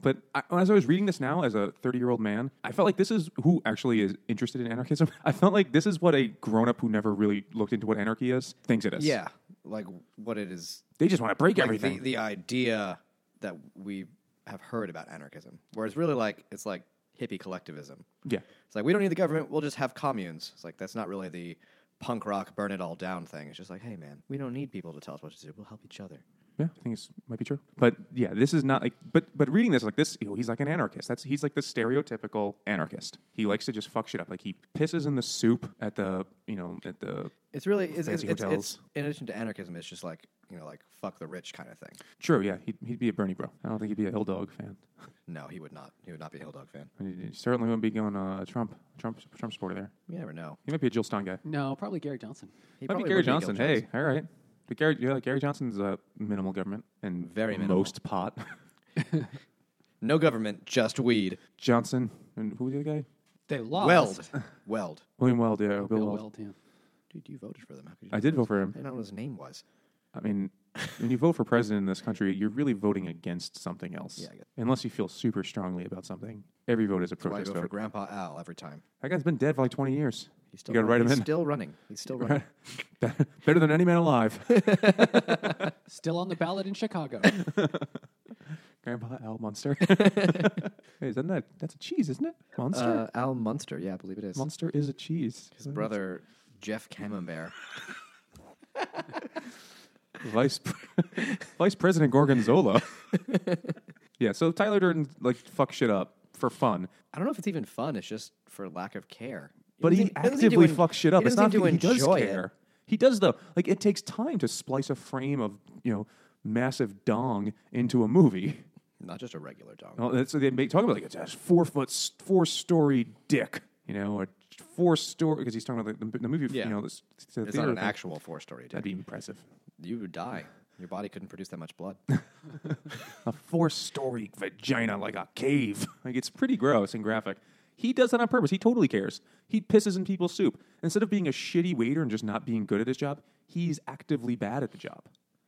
but I, as I was reading this now, as a thirty-year-old man, I felt like this is who actually is interested in anarchism. I felt like this is what a grown-up who never really looked into what anarchy is thinks it is. Yeah, like what it is. they just want to break Like the, everything. the idea that we have heard about anarchism, where it's really like it's like hippie collectivism. Yeah. It's like we don't need the government. We'll just have communes. It's like that's not really the punk rock burn it all down thing. It's just like, hey man, we don't need people to tell us what to do. We'll help each other. Yeah, I think it's might be true. But yeah, this is not like. But but reading this, like this, you know, he's like an anarchist. That's he's like the stereotypical anarchist. He likes to just fuck shit up. Like he pisses in the soup at the you know at the It's really it's, it's, Fancy it's, it's hotels. in addition to anarchism, it's just like you know like fuck the rich kind of thing. true. Yeah, he'd, he'd be a Bernie bro. I don't think he'd be a Hill Dog fan. No, he would not. He would not be a Hill Dog fan. He he certainly wouldn't be going uh, Trump Trump Trump supporter there. You never know. He might be a Jill Stein guy. No, probably Gary Johnson. He Might be probably Gary would Gil Johnson. Johnson. Hey, all right. But Gary, yeah, Gary Johnson's a minimal government and Very minimal. most pot. no government, just weed. Johnson and who was the other guy? They lost. Weld, Weld. William Weld. Yeah, Bill, Bill Weld. Weld, yeah. Dude, you voted for them. How could you? I did vote for him. I didn't know what his name was. I mean, when you vote for president in this country, you're really voting against something else. Yeah, I get- Unless you feel super strongly about something, every vote is a Why I protest go vote. for Grandpa Al every time? that guy's been dead for like 20 years. He's still you gotta write running. him He's in. still running. He's still running. Better than any man alive. Still on the ballot in Chicago. Grandpa Al Munster. hey, isn't that that's a cheese, isn't it? Munster. Uh, Al Munster, yeah, I believe it is. Munster is a cheese. Uh, His brother Jeff Camembert. Vice Pre- Vice President Gorgonzola. yeah, so Tyler Durden like fuck shit up for fun. I don't know if it's even fun. It's just for lack of care. But he doesn't- doesn't seem to actively en- fucks shit up. He It's not doesn't seem that he to does enjoy it. care. He does though. Like it takes time to splice a frame of you know massive dong into a movie. Not just a regular dog. Well, that's what they make, talk about like it's a four foot, s- four story dick. You know, or four story because he's talking about the, the, the movie. Yeah. You know, this, the it's not theater an thing. actual four story That'd dick. be impressive. You would die. Your body couldn't produce that much blood. a four story vagina like a cave. Like it's pretty gross and graphic. He does that on purpose. He totally cares. He pisses in people's soup. Instead of being a shitty waiter and just not being good at his job, he's actively bad at the job.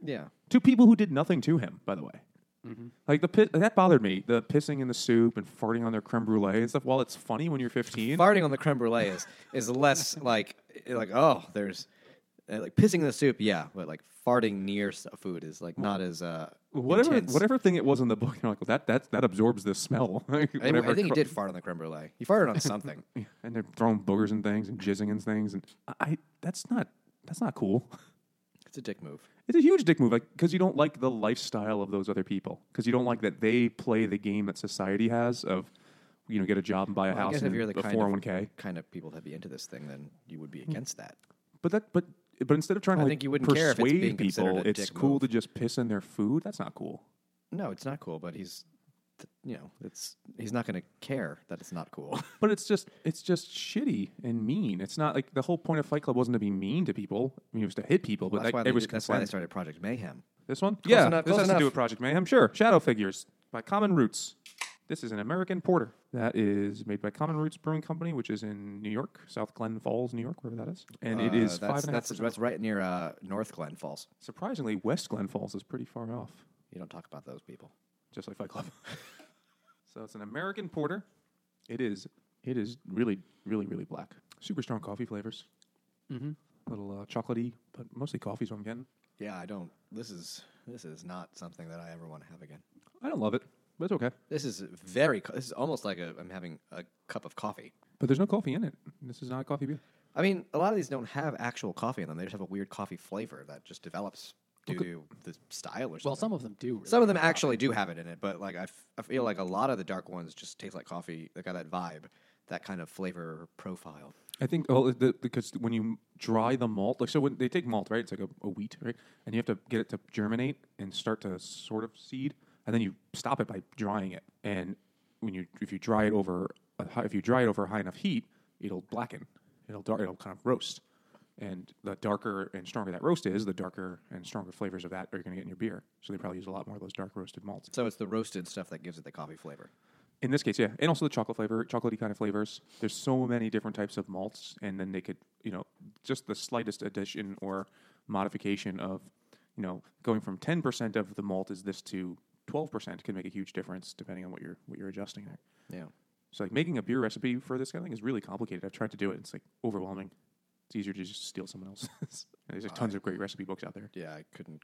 yeah. To people who did nothing to him, by the way. Mm-hmm. Like the pi- that bothered me. The pissing in the soup and farting on their creme brulee and stuff. While it's funny when you're 15, Farting on the creme brulee is, is less like, like, oh, there's uh, like pissing in the soup, yeah, but like farting near s- food is like not as. uh whatever intense. whatever thing it was in the book, you're like, well, that that that absorbs the smell. Like, I think, I whatever think he cr- did fart on the creme brulee. He farted on something. and they're throwing boogers and things and jizzing and things and I, I that's not that's not cool it's a dick move. it's a huge dick move like because you don't like the lifestyle of those other people because you don't like that they play the game that society has of you know get a job and buy a I house guess and if you're the a kind 401k of kind of people that be into this thing, then you would be Hmm. against that. but that but but instead of trying I to like, think you wouldn't persuade care if it's being considered people a it's dick cool move. to just piss in their food that's not cool No, it's not cool, but he's, th- you know, it's he's not going to care that it's not cool. but it's just it's just shitty and mean it's not like the whole point of fight club wasn't to be mean to people I mean, it was to hit people but that's that, why it they, was did- that's why they consent. started Project Mayhem. This one? yeah, enough, this close has to do enough. with Project Mayhem. Sure, Shadow Figures by Common Roots. This is an American porter that is made by Common Roots Brewing Company, which is in New York, South Glen Falls, New York, wherever that is. And it Uh, is five that's and a half. that's, that's right near uh, North Glen Falls. Surprisingly, West Glen Falls is pretty far off, You don't talk about those people. just like Fight Club. so it's an American porter. It is. It is really, really, really black. Super strong coffee flavors. Mm-hmm. Little uh, chocolatey, but mostly coffee's what I'm getting. Yeah, I don't. This is this is not something that I ever want to have again. I don't love it, but it's okay. This is very. co- This is almost like a, I'm having a cup of coffee. But there's no coffee in it. This is not a coffee beer. I mean, a lot of these don't have actual coffee in them. They just have a weird coffee flavor that just develops due to the style or something. Well, some of them do. Really. Some of them actually do have it in it, but like I, f- I feel like a lot of the dark ones just taste like coffee. They got that vibe, that kind of flavor profile. I think well, the, because when you dry the malt, like so when they take malt, right? It's like a, a wheat, right? And you have to get it to germinate and start to sort of seed, and then you stop it by drying it. And when you if you dry it over a high, if you dry it over high enough heat, it'll blacken, it'll dark, it'll kind of roast. And the darker and stronger that roast is, the darker and stronger flavors of that are you going to get in your beer. So they probably use a lot more of those dark roasted malts. So it's the roasted stuff that gives it the coffee flavor. In this case, yeah, and also the chocolate flavor, chocolatey kind of flavors. There's so many different types of malts, and then they could, you know, just the slightest addition or modification of, you know, going from 10% of the malt is this to 12% can make a huge difference depending on what you're what you're adjusting there. Yeah. So like making a beer recipe for this kind of thing is really complicated. I've tried to do it; it's like overwhelming. It's easier to just steal someone else's. There's like tons of great recipe books out there. Yeah, I couldn't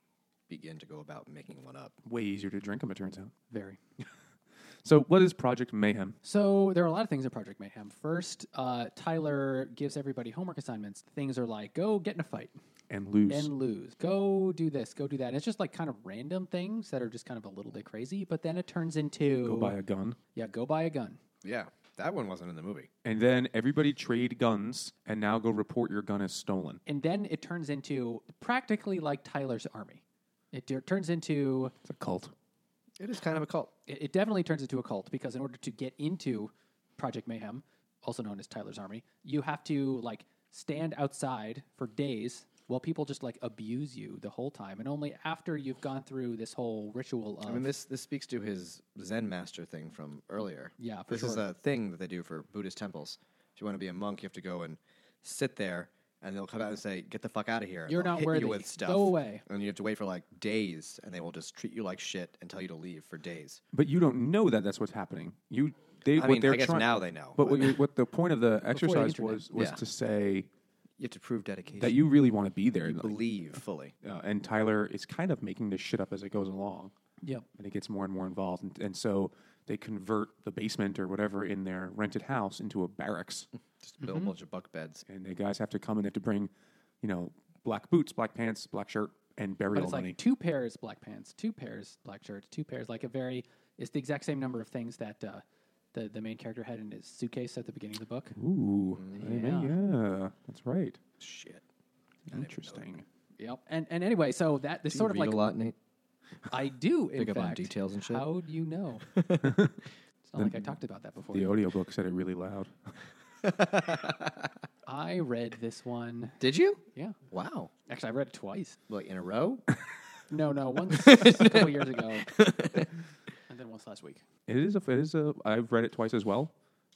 begin to go about making one up. Way easier to drink them, it turns out. Very. So, what is Project Mayhem? So there are a lot of things in Project Mayhem. First, uh, Tyler gives everybody homework assignments. Things are like, go get in a fight And lose. and lose. Go do this, go do that. And it's just like kind of random things that are just kind of a little bit crazy. But then it turns into go buy a gun. yeah, go buy a gun. Yeah, that one wasn't in the movie. And then everybody trade guns and now go report your gun is stolen. And then it turns into practically like Tyler's army. It de- turns into It's a cult. It is kind of a cult. it, it definitely turns into a cult because in order to get into Project Mayhem, also known as Tyler's Army, you have to like stand outside for days while people just like abuse you the whole time, and only after you've gone through this whole ritual of I mean, this this speaks to his Zen master thing from earlier. Yeah, for this is sure. a thing that they do for Buddhist temples. If you want to be a monk, you have to go and sit there, and they'll come out and say, "Get the fuck out of here! and You're they'll not hit worthy. You with stuff. Go away. And you have to wait for like days, and they will just treat you like shit and tell you to leave for days. But you don't know that that's what's happening. You they I what mean, they're I guess trying- now they know. But what, you, what the point of the exercise internet. was was Yeah. to say you have to prove dedication. that you really want to be there. like, believe fully. uh, and Tyler is kind of making this shit up as it goes along, yep. and it gets more and more involved. And, and so they convert the basement or whatever in their rented house into a barracks, Mm-hmm. Just build a bunch of buck beds. and the guys have to come and they have to bring, you know, black boots, black pants, black shirt, and But burial it's money. like two pairs black pants, two pairs black shirts, two pairs like a very. It's the exact same number of things that uh, the the main character had in his suitcase at the beginning of the book. Ooh, I mean, yeah, that's right. Shit. Interesting. Yep. And and anyway, so that this sort of like lot, Nate. I do in Pick up on fact. details and shit? How do you know? it's not like I talked about that before. The audiobook said it really loud. I read this one. Did you? Yeah, Wow. actually, I read it twice. Like in a row? No, no, once a couple years ago, and then once last week. It is a. It is a. I've read it twice as well.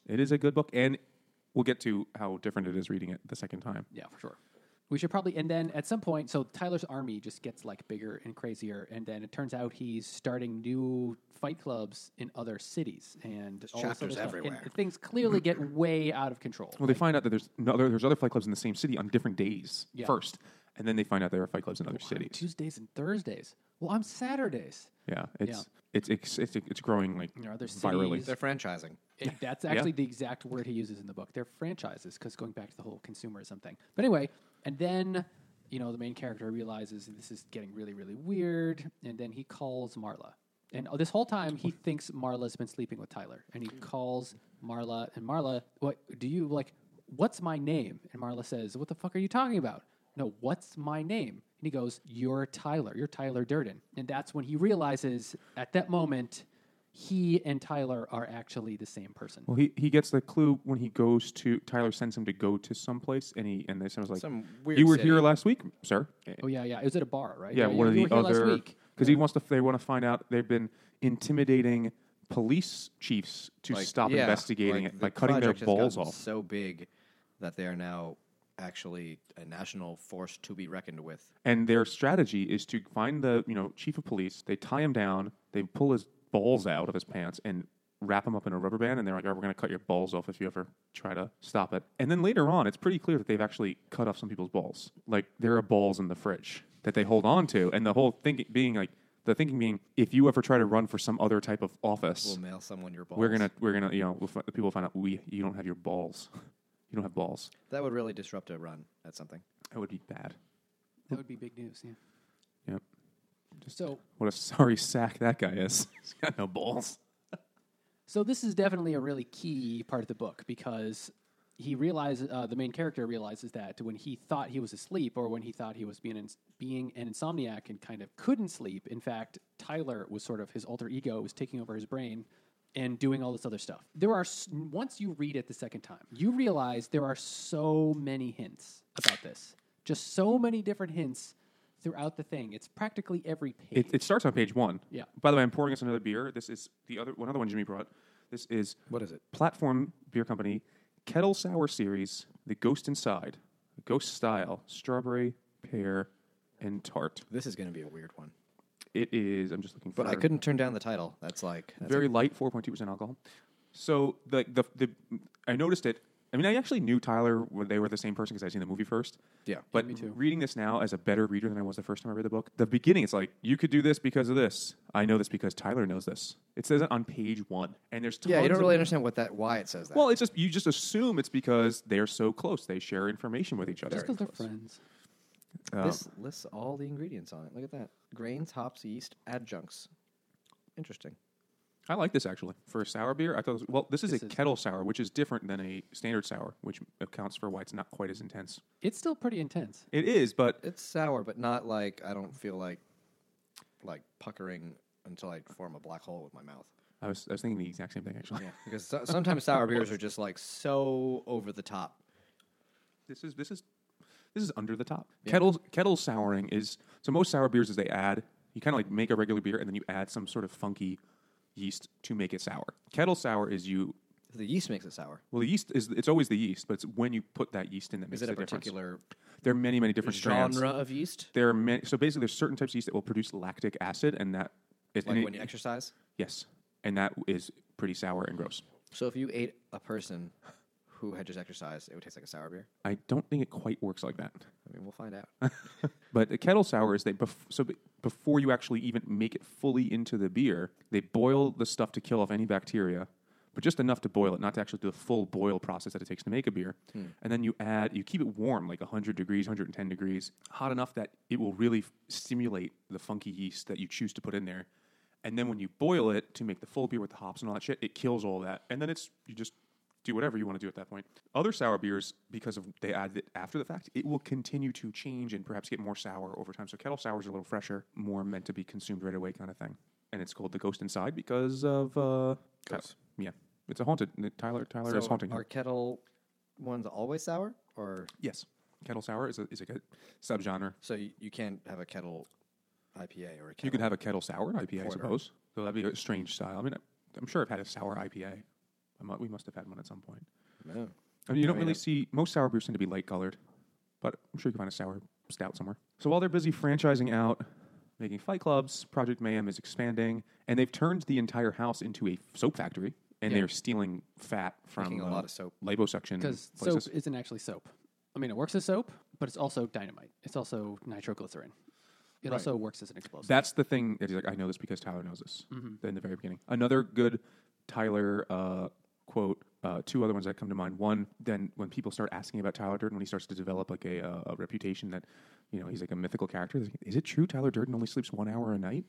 It is a good book, and we'll get to how different it is reading it the second time. Yeah, for sure. We should probably, and then at some point, so Tyler's army just gets like bigger and crazier, and then it turns out he's starting new fight clubs in other cities and all this other chapters stuff. And everywhere. things clearly get way out of control. Well, they find out that there's no other, there's other fight clubs in the same city on different days Yeah. first, and then they find out there are fight clubs in other cities. Tuesdays and Thursdays. Well, I'm Saturdays. Yeah, it's it's it's it's, it's growing like There are other virally. cities. They're franchising. It, that's actually the exact word he uses in the book. They're franchises because going back to the whole consumerism thing. But anyway, and then you know the main character realizes this is getting really really weird, and then he calls Marla. And oh, this whole time he thinks Marla's been sleeping with Tyler, and he calls Marla. And Marla, what do you like? What's my name? And Marla says, "What the fuck are you talking about?" No, what's my name? And he goes, "You're Tyler. You're Tyler Durden." And that's when he realizes at that moment he and Tyler are actually the same person. Well, he, he gets the clue when he goes to Tyler sends him to go to some place, and he and this was like, Some weird "You were city." here last week, sir." Oh yeah, yeah. It was at a bar, right? Yeah, you- one of you the were here last other week. because he wants to. They want to find out they've been intimidating police chiefs to Like, stop yeah, investigating like it the by cutting their project has balls gotten off. So big that they are now actually a national force to be reckoned with. And their strategy is to find the you know chief of police. They tie him down. They pull his balls out of his pants and wrap him up in a rubber band. And they're like, "All right, "We're going to cut your balls off if you ever try to stop it." And then later on, it's pretty clear that they've actually cut off some people's balls. Like there are balls in the fridge that they hold on to. And the whole thinking being like the thinking being, if you ever try to run for some other type of office, We'll mail someone your balls. we're gonna we're gonna you know we'll, fi- the people will find out we you don't have your balls. You don't have balls. That would really disrupt a run at something. That would be bad. That would be big news. Yeah. Yep. So, What a sorry sack that guy is. He's got no balls. so this is definitely a really key part of the book because he realizes uh, the main character realizes that when he thought he was asleep or when he thought he was being ins being an insomniac and kind of couldn't sleep. In fact, Tyler was sort of his alter ego was taking over his brain and doing all this other stuff. There are s- once you read it the second time, you realize there are so many hints about this. Just so many different hints throughout the thing. It's practically every page. It, it starts on page one. Yeah. By the way, I'm pouring us another beer. This is the other one other one Jimmy brought. This is What is it? Platform Beer Company Kettle Sour Series, The Ghost Inside, Ghost Style, Strawberry, Pear, and Tart. This is going to be a weird one. It is. I'm just looking. But for I couldn't turn down the title. That's like that's very light, four point two percent alcohol. So the, the the I noticed it I mean, I actually knew Tyler when they were the same person because I'd seen the movie first. Yeah. But me too. reading this now as a better reader than I was the first time I read the book, the beginning, it's like, you could do this because of this. I know this because Tyler knows this. It says it on page one. And there's tons Yeah, you don't of- really understand what that why it says that. Well, it's just, you just assume it's because they're so close. They share information with each other. Just because they're friends. Um, this lists all the ingredients on it. Look at that: grains, hops, yeast, adjuncts. Interesting. I like this actually for a sour beer. I thought, it was- well, this is This a is- kettle sour, which is different than a standard sour, which accounts for why it's not quite as intense. It's still pretty intense. It is, but It's sour, but not like I don't feel like like puckering until I form a black hole with my mouth. I was, I was thinking the exact same thing actually. Yeah, because so- sometimes sour beers are just like so over the top. This is this is this is under the top. Kettle kettle souring is so most sour beers is they add you kind of like make a regular beer and then you add some sort of funky yeast to make it sour. Kettle sour is you The yeast makes it sour. well the yeast is it's always the yeast, but it's when you put that yeast in that makes Is it a the difference. particular There are many many different strands. genre of yeast? There are many, so basically there's certain types of yeast that will produce lactic acid and that is Like and when it- you exercise. Yes, and that is pretty sour and gross. So if you ate a person who had just exercised, it would taste like a sour beer. I don't think it quite works like that. I mean, we'll find out. But the kettle sour is they bef- so be- before you actually even make it fully into the beer, they boil the stuff to kill off any bacteria, but just enough to boil it, not to actually do the full boil process that it takes to make a beer. And then you add, you keep it warm, like 100 degrees, 110 degrees, hot enough that it will really f- stimulate the funky yeast that you choose to put in there. And then when you boil it to make the full beer with the hops and all that shit, it kills all that. And then it's you just do whatever you want to do at that point. Other sour beers, because of they add it after the fact, it will continue to change and perhaps get more sour over time. So kettle sours are a little fresher, more meant to be consumed right away kind of thing. And it's called the Ghost Inside because of uh, Ghosts. Ty- yeah, it's a haunted. Tyler Tyler is so haunting. him. are kettle ones always sour, or yes, kettle sour is a is a good subgenre. so you, you can't have a kettle IPA or a kettle? You could have a kettle sour IPA, I suppose. Though that'd be a strange style. I mean, I- I'm sure I've had a sour IPA. I mu we must have had one at some point. No. I mean, you don't really see most sour beers tend to be light colored, but I'm sure you can find a sour stout somewhere. So while they're busy franchising out, making fight clubs, Project Mayhem is expanding, and they've turned the entire house into a soap factory. And they're stealing fat from Making a uh, lot of soap. liposuction Because places. soap isn't actually soap. I mean, it works as soap, but it's also dynamite. It's also nitroglycerin. It also works as an explosive. That's the thing that he's like, I know this because Tyler knows this in the very beginning. Another good Tyler uh, quote, uh, two other ones that come to mind. One, then when people start asking about Tyler Durden, when he starts to develop like a, uh, a reputation that, you know, he's like a mythical character. Is- Is it true Tyler Durden only sleeps one hour a night?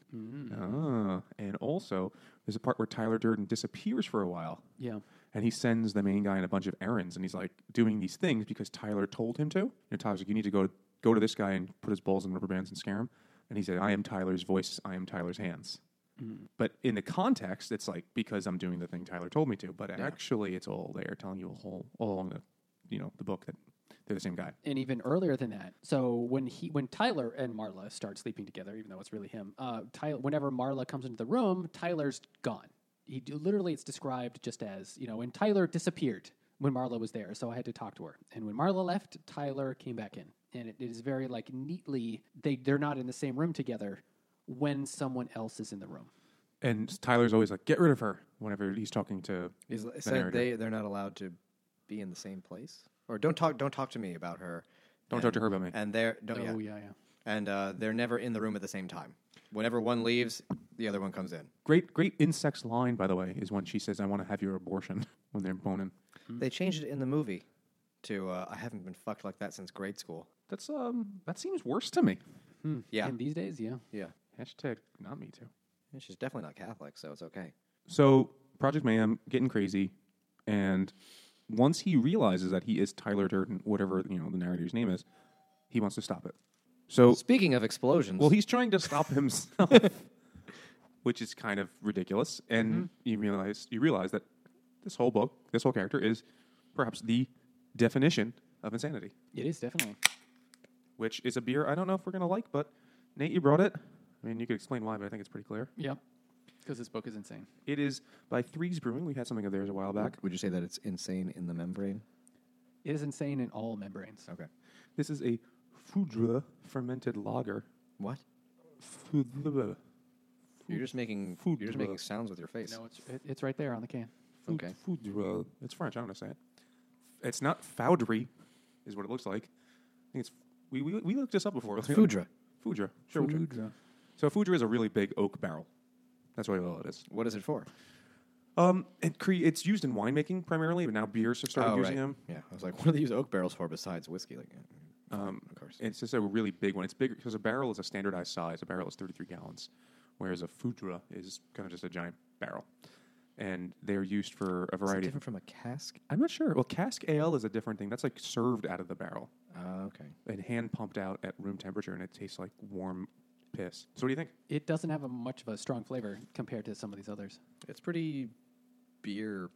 Ah. And also, there's a part where Tyler Durden disappears for a while. yeah. And he sends the main guy on a bunch of errands, and he's like doing these things because Tyler told him to. You know, Tyler's like, "You need to go go to this guy and put his balls in rubber bands and scare him." And he said, "I am Tyler's voice. I am Tyler's hands." But in the context, it's like because I'm doing the thing Tyler told me to. But actually, it's all there telling you all, all along the, you know, the book that they're the same guy. and even earlier than that. So when he, when Tyler and Marla start sleeping together, even though it's really him, uh, Tyler, whenever Marla comes into the room, Tyler's gone. He d- literally, it's described just as you know, and Tyler disappeared when Marla was there. So I had to talk to her, and when Marla left, Tyler came back in, and it, it is very like neatly they they're not in the same room together when someone else is in the room. And Tyler's always like, "Get rid of her." Whenever he's talking to, He's, the said narrator. they they're not allowed to be in the same place, or don't talk don't talk to me about her. Don't talk to her about me. And they're don't, yeah. Oh yeah, yeah. and uh, they're never in the room at the same time. Whenever one leaves, the other one comes in. Great, great insects line by the way is when she says, "I want to have your abortion" when they're boning. They changed it in the movie to uh, I haven't been fucked like that since grade school. That's um, that seems worse to me. Yeah, And these days, yeah. yeah. Hashtag not me too. And she's definitely not Catholic, so it's okay. So Project Mayhem getting crazy, and once he realizes that he is Tyler Durden, whatever you know the narrator's name is, he wants to stop it. So Speaking of explosions, well, he's trying to stop himself, which is kind of ridiculous. And you realize you realize that this whole book, this whole character is perhaps the definition of insanity, It is definitely. which is a beer I don't know if we're gonna like, but Nate, you brought it. I mean, you could explain why, but I think it's pretty clear. Yep. Because this book is insane. It is by Threes Brewing. We had something of theirs a while back. would you say that it's insane in the membrane? It is insane in all membranes. Okay. This is a foudre fermented lager. What? Foudre. You're just making Food you're just blur. making sounds with your face. No, it's it, it's right there on the can. Foud- Okay. Foudre. It's French. I don't know how to say it. It's not foudry, is what it looks like. I think it's we we, we looked this up before. Foudre. Foudre. Sure. we'll check. So Foudre is a really big oak barrel. That's really all it is. What is it for? Um, it cre- it's used in winemaking primarily, but now beers have Oh, started using them. Yeah, I was like, what do they use oak barrels for besides whiskey? Like, um, of course. It's just a really big one. It's bigger because a barrel is a standardized size. A barrel is 33 gallons, whereas a fudra is kind of just a giant barrel. And they're used for a Is it variety. Of, different from a cask? I'm not sure. Well, cask ale is a different thing. That's like served out of the barrel Oh, okay. and hand pumped out at room temperature, and it tastes like warm piss. So what do you think? It doesn't have a much of a strong flavor compared to some of these others. It's pretty beer.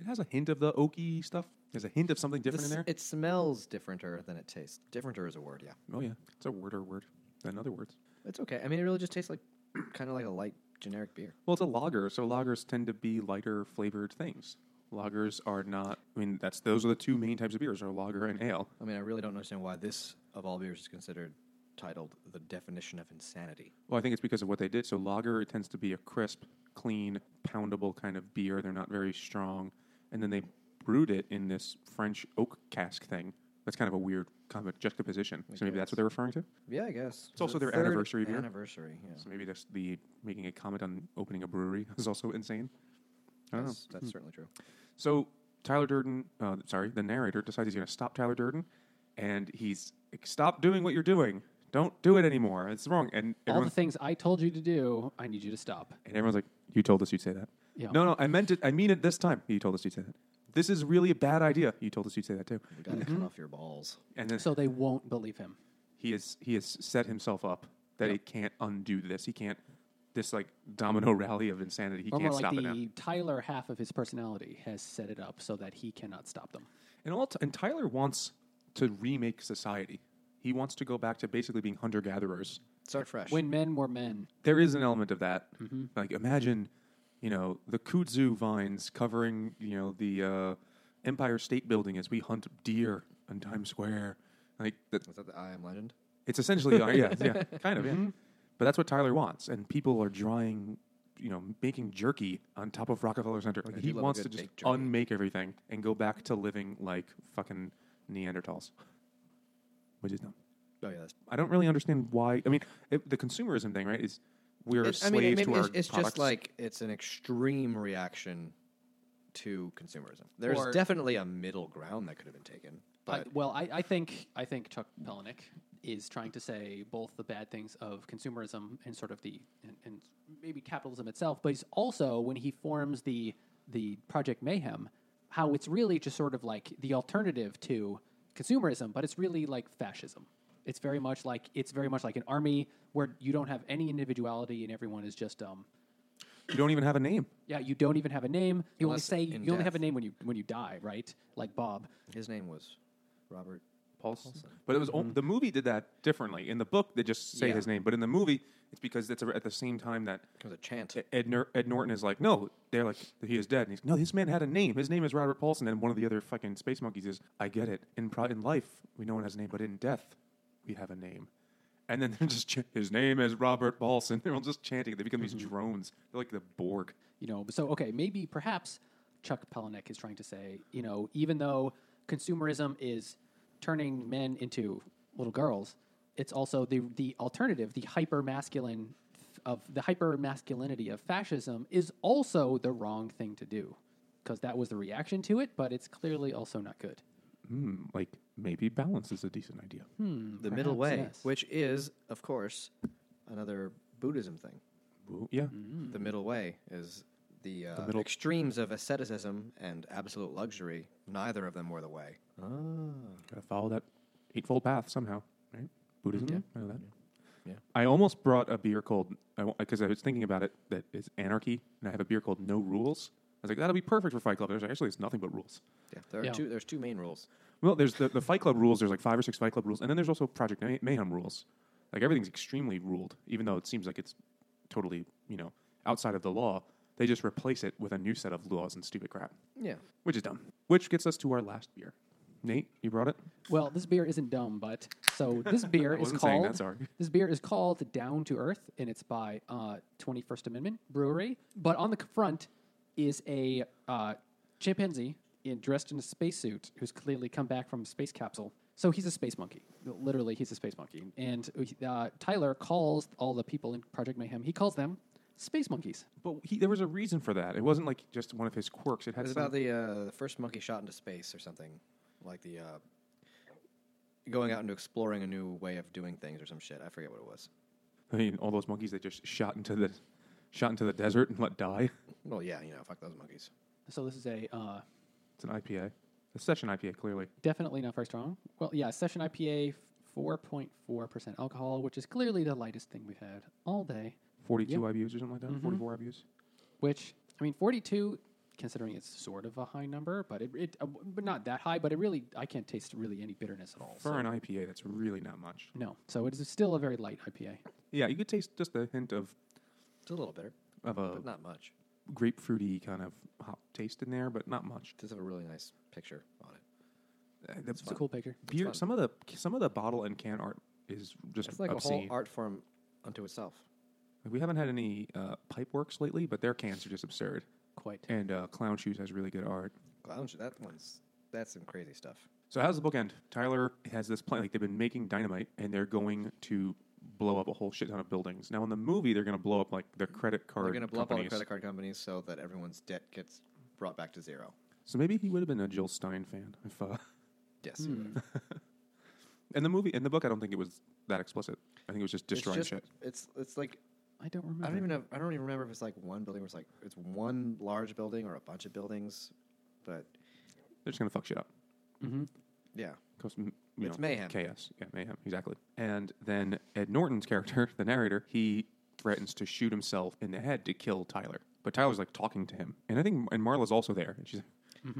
It has a hint of the oaky stuff. There's a hint of something different in there. It smells differenter than it tastes. Differenter is a word, yeah. oh yeah, it's a word or word than other words. It's okay. I mean, it really just tastes like kind of like a light generic beer. Well, it's a lager, so lagers tend to be lighter flavored things. Lagers are not. I mean, that's those are the two main types of beers: are lager and ale. I mean, I really don't understand why this of all beers is considered titled the definition of insanity. Well, I think it's because of what they did. So lager it tends to be a crisp, clean, poundable kind of beer. They're not very strong, and then they brewed it in this French oak cask thing. That's kind of a weird kind of juxtaposition. So maybe that's what they're referring to. Yeah, I guess it's also their third anniversary beer. Anniversary, yeah. So maybe that's the making a comment on opening a brewery is also insane. I don't know. That's, that's certainly true. So Tyler Durden, uh, sorry, the narrator decides he's going to stop Tyler Durden, and he's like, stop doing what you're doing. Don't do it anymore. It's wrong. And All everyone, the things I told you to do, I need you to stop. and everyone's like, you told us you'd say that. Yeah. No, no, I meant it. I mean it this time. You told us you'd say that. This is really a bad idea. You told us you'd say that too. You gotta Mm-hmm. cut off your balls. And then So they won't believe him. he is he has set himself up that he can't undo this. He can't this like domino rally of insanity. He Or more can't like stop it now. the Tyler half of his personality has set it up so that he cannot stop them. And all and Tyler wants to remake society. He wants to go back to basically being hunter gatherers. Start fresh. When men were men, There is an element of that. Mm-hmm. Like imagine, you know, the kudzu vines covering, you know, the uh, Empire State Building as we hunt deer on Times Square. Like that, was that the I Am Legend? it's essentially uh, yeah, yeah, kind of, yeah. Mm-hmm. But that's what Tyler wants, and people are drawing, you know, making jerky on top of Rockefeller Center. Like, I he do love a wants to good just baked jerky. unmake everything and go back to living like fucking Neanderthals, which is dumb. Oh yeah, that's. I don't really understand why. I mean, it, the consumerism thing, right? Is we're It- I slaves mean, it- maybe to our it's, it's products. just like it's an extreme reaction to consumerism. There's Or- definitely a middle ground that could have been taken, I, but well, I, I think I think Chuck Palahniuk is trying to say both the bad things of consumerism and sort of the and, and maybe capitalism itself, but he's also when he forms the the Project Mayhem, how it's really just sort of like the alternative to consumerism, but it's really like fascism. It's very much like it's very much like an army where you don't have any individuality and everyone is just um you don't even have a name. yeah you don't even have a name you Unless only say you in only death. have a name when you when you die right like Bob his name was Robert. Paulson. But it was on- the movie did that differently. In the book, they just say Yeah. his name, but in the movie, it's because it's at the same time that E, It was a chant. Ed, Nor- Ed Norton is like, no, they're like, he is dead. And he's, no, this man had a name. His name is Robert Paulson. And one of the other fucking space monkeys is, I get it. In, pro- in life, we no one has a name, but in death, we have a name. And then they're just, ch- his name is Robert Paulson. They're all just chanting. They become these Mm-hmm. drones. They're like the Borg. You know, so okay, maybe perhaps Chuck Palahniuk is trying to say, you know, even though consumerism is turning men into little girls, it's also the the alternative, the hyper masculine of the hyper masculinity of fascism is also the wrong thing to do because that was the reaction to it, but it's clearly also not good. Hmm, like, maybe balance is a decent idea. the middle Mm, perhaps, way, yes. which is, of course, another Buddhism thing. Well, yeah. Hmm. The middle way is the, uh, middle- extremes of asceticism and absolute luxury. Neither of them were the way. Gotta follow that eightfold path somehow, right? Buddhism, I know that. Yeah. I almost brought a beer called because I, was thinking about it that it's anarchy, and I have a beer called No Rules. I was like, that'll be perfect for Fight Club. There's actually it's nothing but rules. Yeah, there are Yeah. two. There's two main rules. Well, there's the, the Fight Club rules. There's like five or six Fight Club rules, and then there's also Project May- Mayhem rules. Like everything's extremely ruled, even though it seems like it's totally you know outside of the law. They just replace it with a new set of laws and stupid crap, Yeah, which is dumb. Which gets us to our last beer. Nate, you brought it. Well, this beer isn't dumb, but so this beer I is wasn't saying called that, sorry. This beer is called Down to Earth, and it's by uh, 21st Amendment Brewery. But on the c- front is a uh, chimpanzee in, dressed in a spacesuit who's clearly come back from a space capsule. So he's a space monkey. Literally, he's a space monkey. And uh, Tyler calls all the people in Project Mayhem. He calls them space monkeys. But he, there was a reason for that. It wasn't like just one of his quirks. It It had was some, about the uh, the first monkey shot into space or something, like the uh, going out into exploring a new way of doing things or some shit. I forget what it was. I mean, all those monkeys that just shot into the shot into the desert and let die. Well, yeah, you know, fuck those monkeys. So this is a uh, It's an IPA. A session IPA, clearly. definitely not very strong. Well, yeah, session IPA, 4.4% alcohol, which is clearly the lightest thing we've had all day. 42 IBUs or something like that. Mm-hmm. 44 IBUs. Which I mean, forty-two, considering it's sort of a high number, but it, it uh, w- but not that high. But it really, I can't taste really any bitterness at all. For so- an IPA, that's really not much. No, so it is still a very light IPA. Yeah, you could taste just a hint of, It's a little bitter, of a but not much. grapefruity kind of hop taste in there, but not much. It does have a really nice picture on it. Uh, the It's a cool picture. beer, some of the some of the bottle and can art is just It's like a obscene. whole art form unto itself. We haven't had any uh, pipe works lately, but their cans are just absurd. Quite. And uh, Clown Shoes has really good art. Clown shit. That one's that's some crazy stuff. So how's the book end? Tyler has this plan. Like they've been making dynamite, and they're going to blow up a whole shit ton of buildings. Now in the movie, they're going to blow up like their credit card. They're gonna blow up all the companies. credit card companies so that everyone's debt gets brought back to zero. So maybe he would have been a Jill Stein fan. If uh, Yes. you would. in the movie, in the book, I don't think it was that explicit. I think it was just It's destroying just shit. it's it's like I don't remember. I don't even know. I don't even remember if it's like one building or it's like it's one large building or a bunch of buildings, but They're just going to fuck shit up. Mm-hmm. yeah, Cause, m- you It's know, mayhem. Chaos. Yeah, mayhem. Exactly. And then Ed Norton's character, the narrator, he threatens to shoot himself in the head to kill Tyler. But Tyler's like talking to him, and I think and Marla's also there. And she's,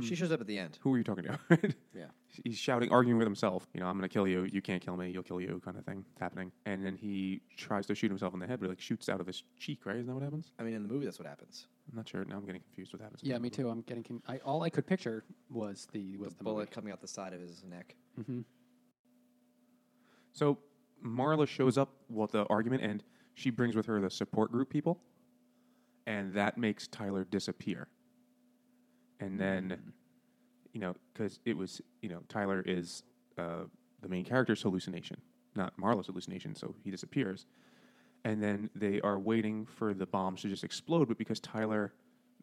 she shows up at the end. "Who are you talking to?" Yeah, He's shouting, arguing with himself. You know, I'm going to kill you. You can't kill me. You'll kill you, kind of thing happening. And then he tries to shoot himself in the head, but it, like shoots out of his cheek. Right? Isn't that what happens? I mean in the movie that's what happens. I'm not sure. Now I'm getting confused with happens. Yeah, me too. I'm getting. Con- I all I could picture was the was the, Bullet movie. coming out the side of his neck. So Marla shows up with the argument, and she brings with her the support group people, and that makes Tyler disappear. And then, you know, because it was, you know, Tyler is uh, the main character's hallucination, not Marla's hallucination, so he disappears. And then they are waiting for the bombs to just explode, but because Tyler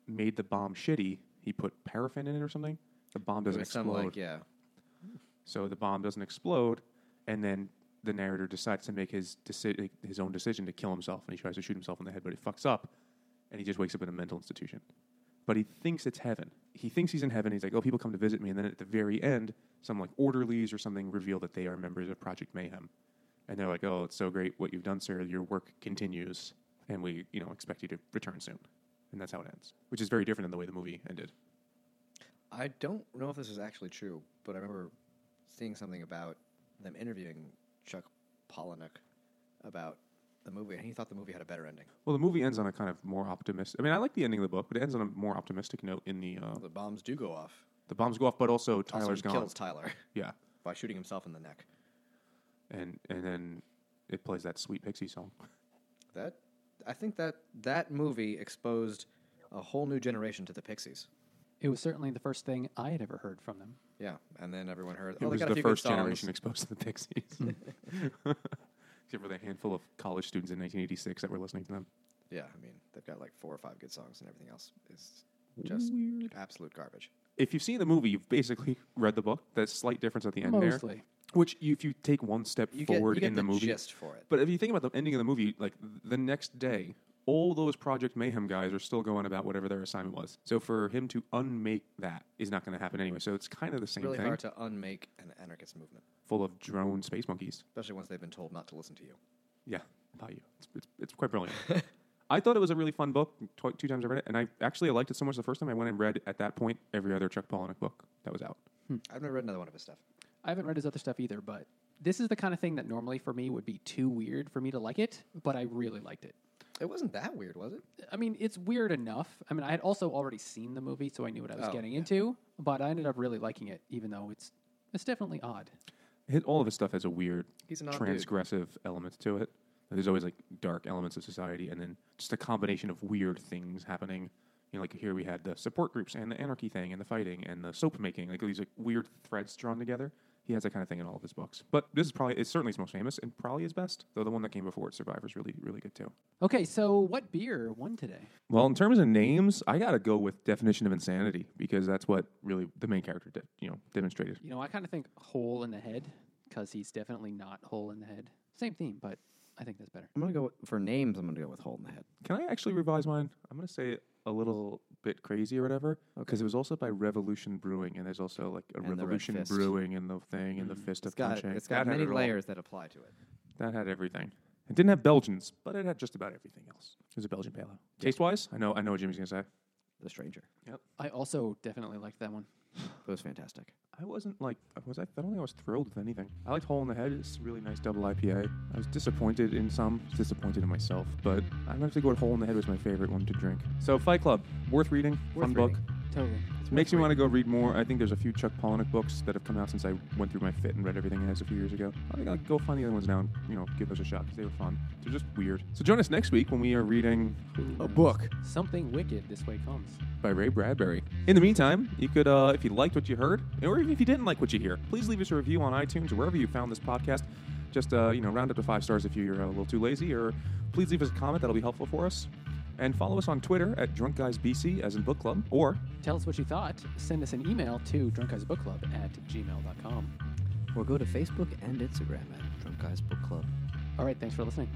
made the bomb shitty, he put paraffin in it or something. The bomb doesn't It was some explode. like yeah, So the bomb doesn't explode, and then the narrator decides to make his deci- his own decision to kill himself, and he tries to shoot himself in the head, but it fucks up, and he just wakes up in a mental institution. But he thinks it's heaven. He thinks he's in heaven. He's like, "Oh, people come to visit me," and then at the very end, some like orderlies or something reveal that they are members of Project Mayhem, and they're like, "Oh, it's so great what you've done, sir. Your work continues, and we, you know, expect you to return soon." And that's how it ends, which is very different than the way the movie ended. I don't know if this is actually true, but I remember seeing something about them interviewing Chuck Palahniuk about the movie, and he thought the movie had a better ending. Well, the movie ends on a kind of more optimistic. I mean, I like the ending of the book, but it ends on a more optimistic note. In the uh, The bombs do go off. the bombs go off, but also Also, Tyler's he gone. kills Tyler Yeah, by shooting himself in the neck. and and then it plays that sweet pixie song. That I think that that movie exposed a whole new generation to the Pixies. It was certainly the first thing I had ever heard from them. Yeah, and then everyone heard. it Oh, they was got a the few first good songs. generation exposed to the Pixies, except for the handful of college students in 1986 that were listening to them. Yeah, I mean they've got like four or five good songs, and everything else is just absolute garbage. If you've seen the movie, you've basically read the book. That slight difference at the end there, Mostly. which you, if you take one step You get- forward you get in the the, movie, gist for it. But if you think about the ending of the movie, like th- the next day, all those Project Mayhem guys are still going about whatever their assignment was. So for him to unmake that is not going to happen anyway. So it's kind of the same Really thing, hard to unmake an anarchist movement, full of drone space monkeys. especially once they've been told not to listen to you. Yeah, by you. It's, it's, it's quite brilliant. I thought it was a really fun book. Tw- two times I read it, and I actually I liked it so much the first time I went and read at that point every other Chuck Palahniuk book that was out. I've never read another one of his stuff. I haven't read his other stuff either, but this is the kind of thing that normally for me would be too weird for me to like it, but I really liked it. It wasn't that weird, was it? I mean, it's weird enough. I mean, I had also already seen the movie, so I knew what I was Oh, getting yeah. into. But I ended up really liking it, even though it's it's definitely odd. Hit all of his stuff has a weird He's an odd dude. transgressive element to it. There's always like dark elements of society, and then just a combination of weird things happening you know, like here we had the support groups and the anarchy thing and the fighting and the soap making, like these like weird threads drawn together. He has that kind of thing in all of his books. But this is probably it's certainly his most famous and probably his best. Though the one that came before it, Survivor's really really good too. Okay, so what beer won today? Well, in terms of names, I gotta go with definition of insanity because that's what really the main character did, you know demonstrated. You know, I kind of think hole in the head because he's definitely not hole in the head. Same theme, but I think that's better. I'm gonna go with, for names. I'm gonna go with hole in the head. Can I actually revise mine? I'm gonna say a little bit crazy or whatever because it was also by Revolution Brewing and there's also like a And the Red Revolution Fist. Mm-hmm. Brewing and the thing and the Fist It's of got Punching. it's got That had many it all. layers that apply to it. That had everything. It didn't have Belgians, but it had just about everything else. It was a Belgian pale ale. Taste wise, I know I know what Jimmy's gonna say. The Stranger. I also definitely liked that one. It was fantastic. I wasn't like I was I don't think I was thrilled with anything. I liked Hole in the Head. It's a really nice double IPA. I was disappointed in some, I was disappointed in myself, but I'm gonna have to go with Hole in the Head was my favorite one to drink. So Fight Club, worth reading, Worth fun book. reading. Totally. Makes me want to go read more. I think there's a few Chuck Palahniuk books that have come out since I went through my fit and read everything as a few years ago. I think I'll go find the other ones now and you know give those a shot because they were fun. They're just weird. So join us next week when we are reading oh, A book. Something wicked this way comes. by Ray Bradbury. In the meantime, you could, uh, if you liked what you heard, or even if you didn't like what you hear, please leave us a review on iTunes or wherever you found this podcast. Just uh, you know, round up to five stars if you're uh, a little too lazy, or please leave us a comment. That'll be helpful for us. And follow us on Twitter at Drunk Guys BC, as in book club, or Tell us what you thought. Send us an email to drunkguysbookclub at gmail.com. Or go to Facebook and Instagram at Drunk Guys Book Club. All right, thanks for listening.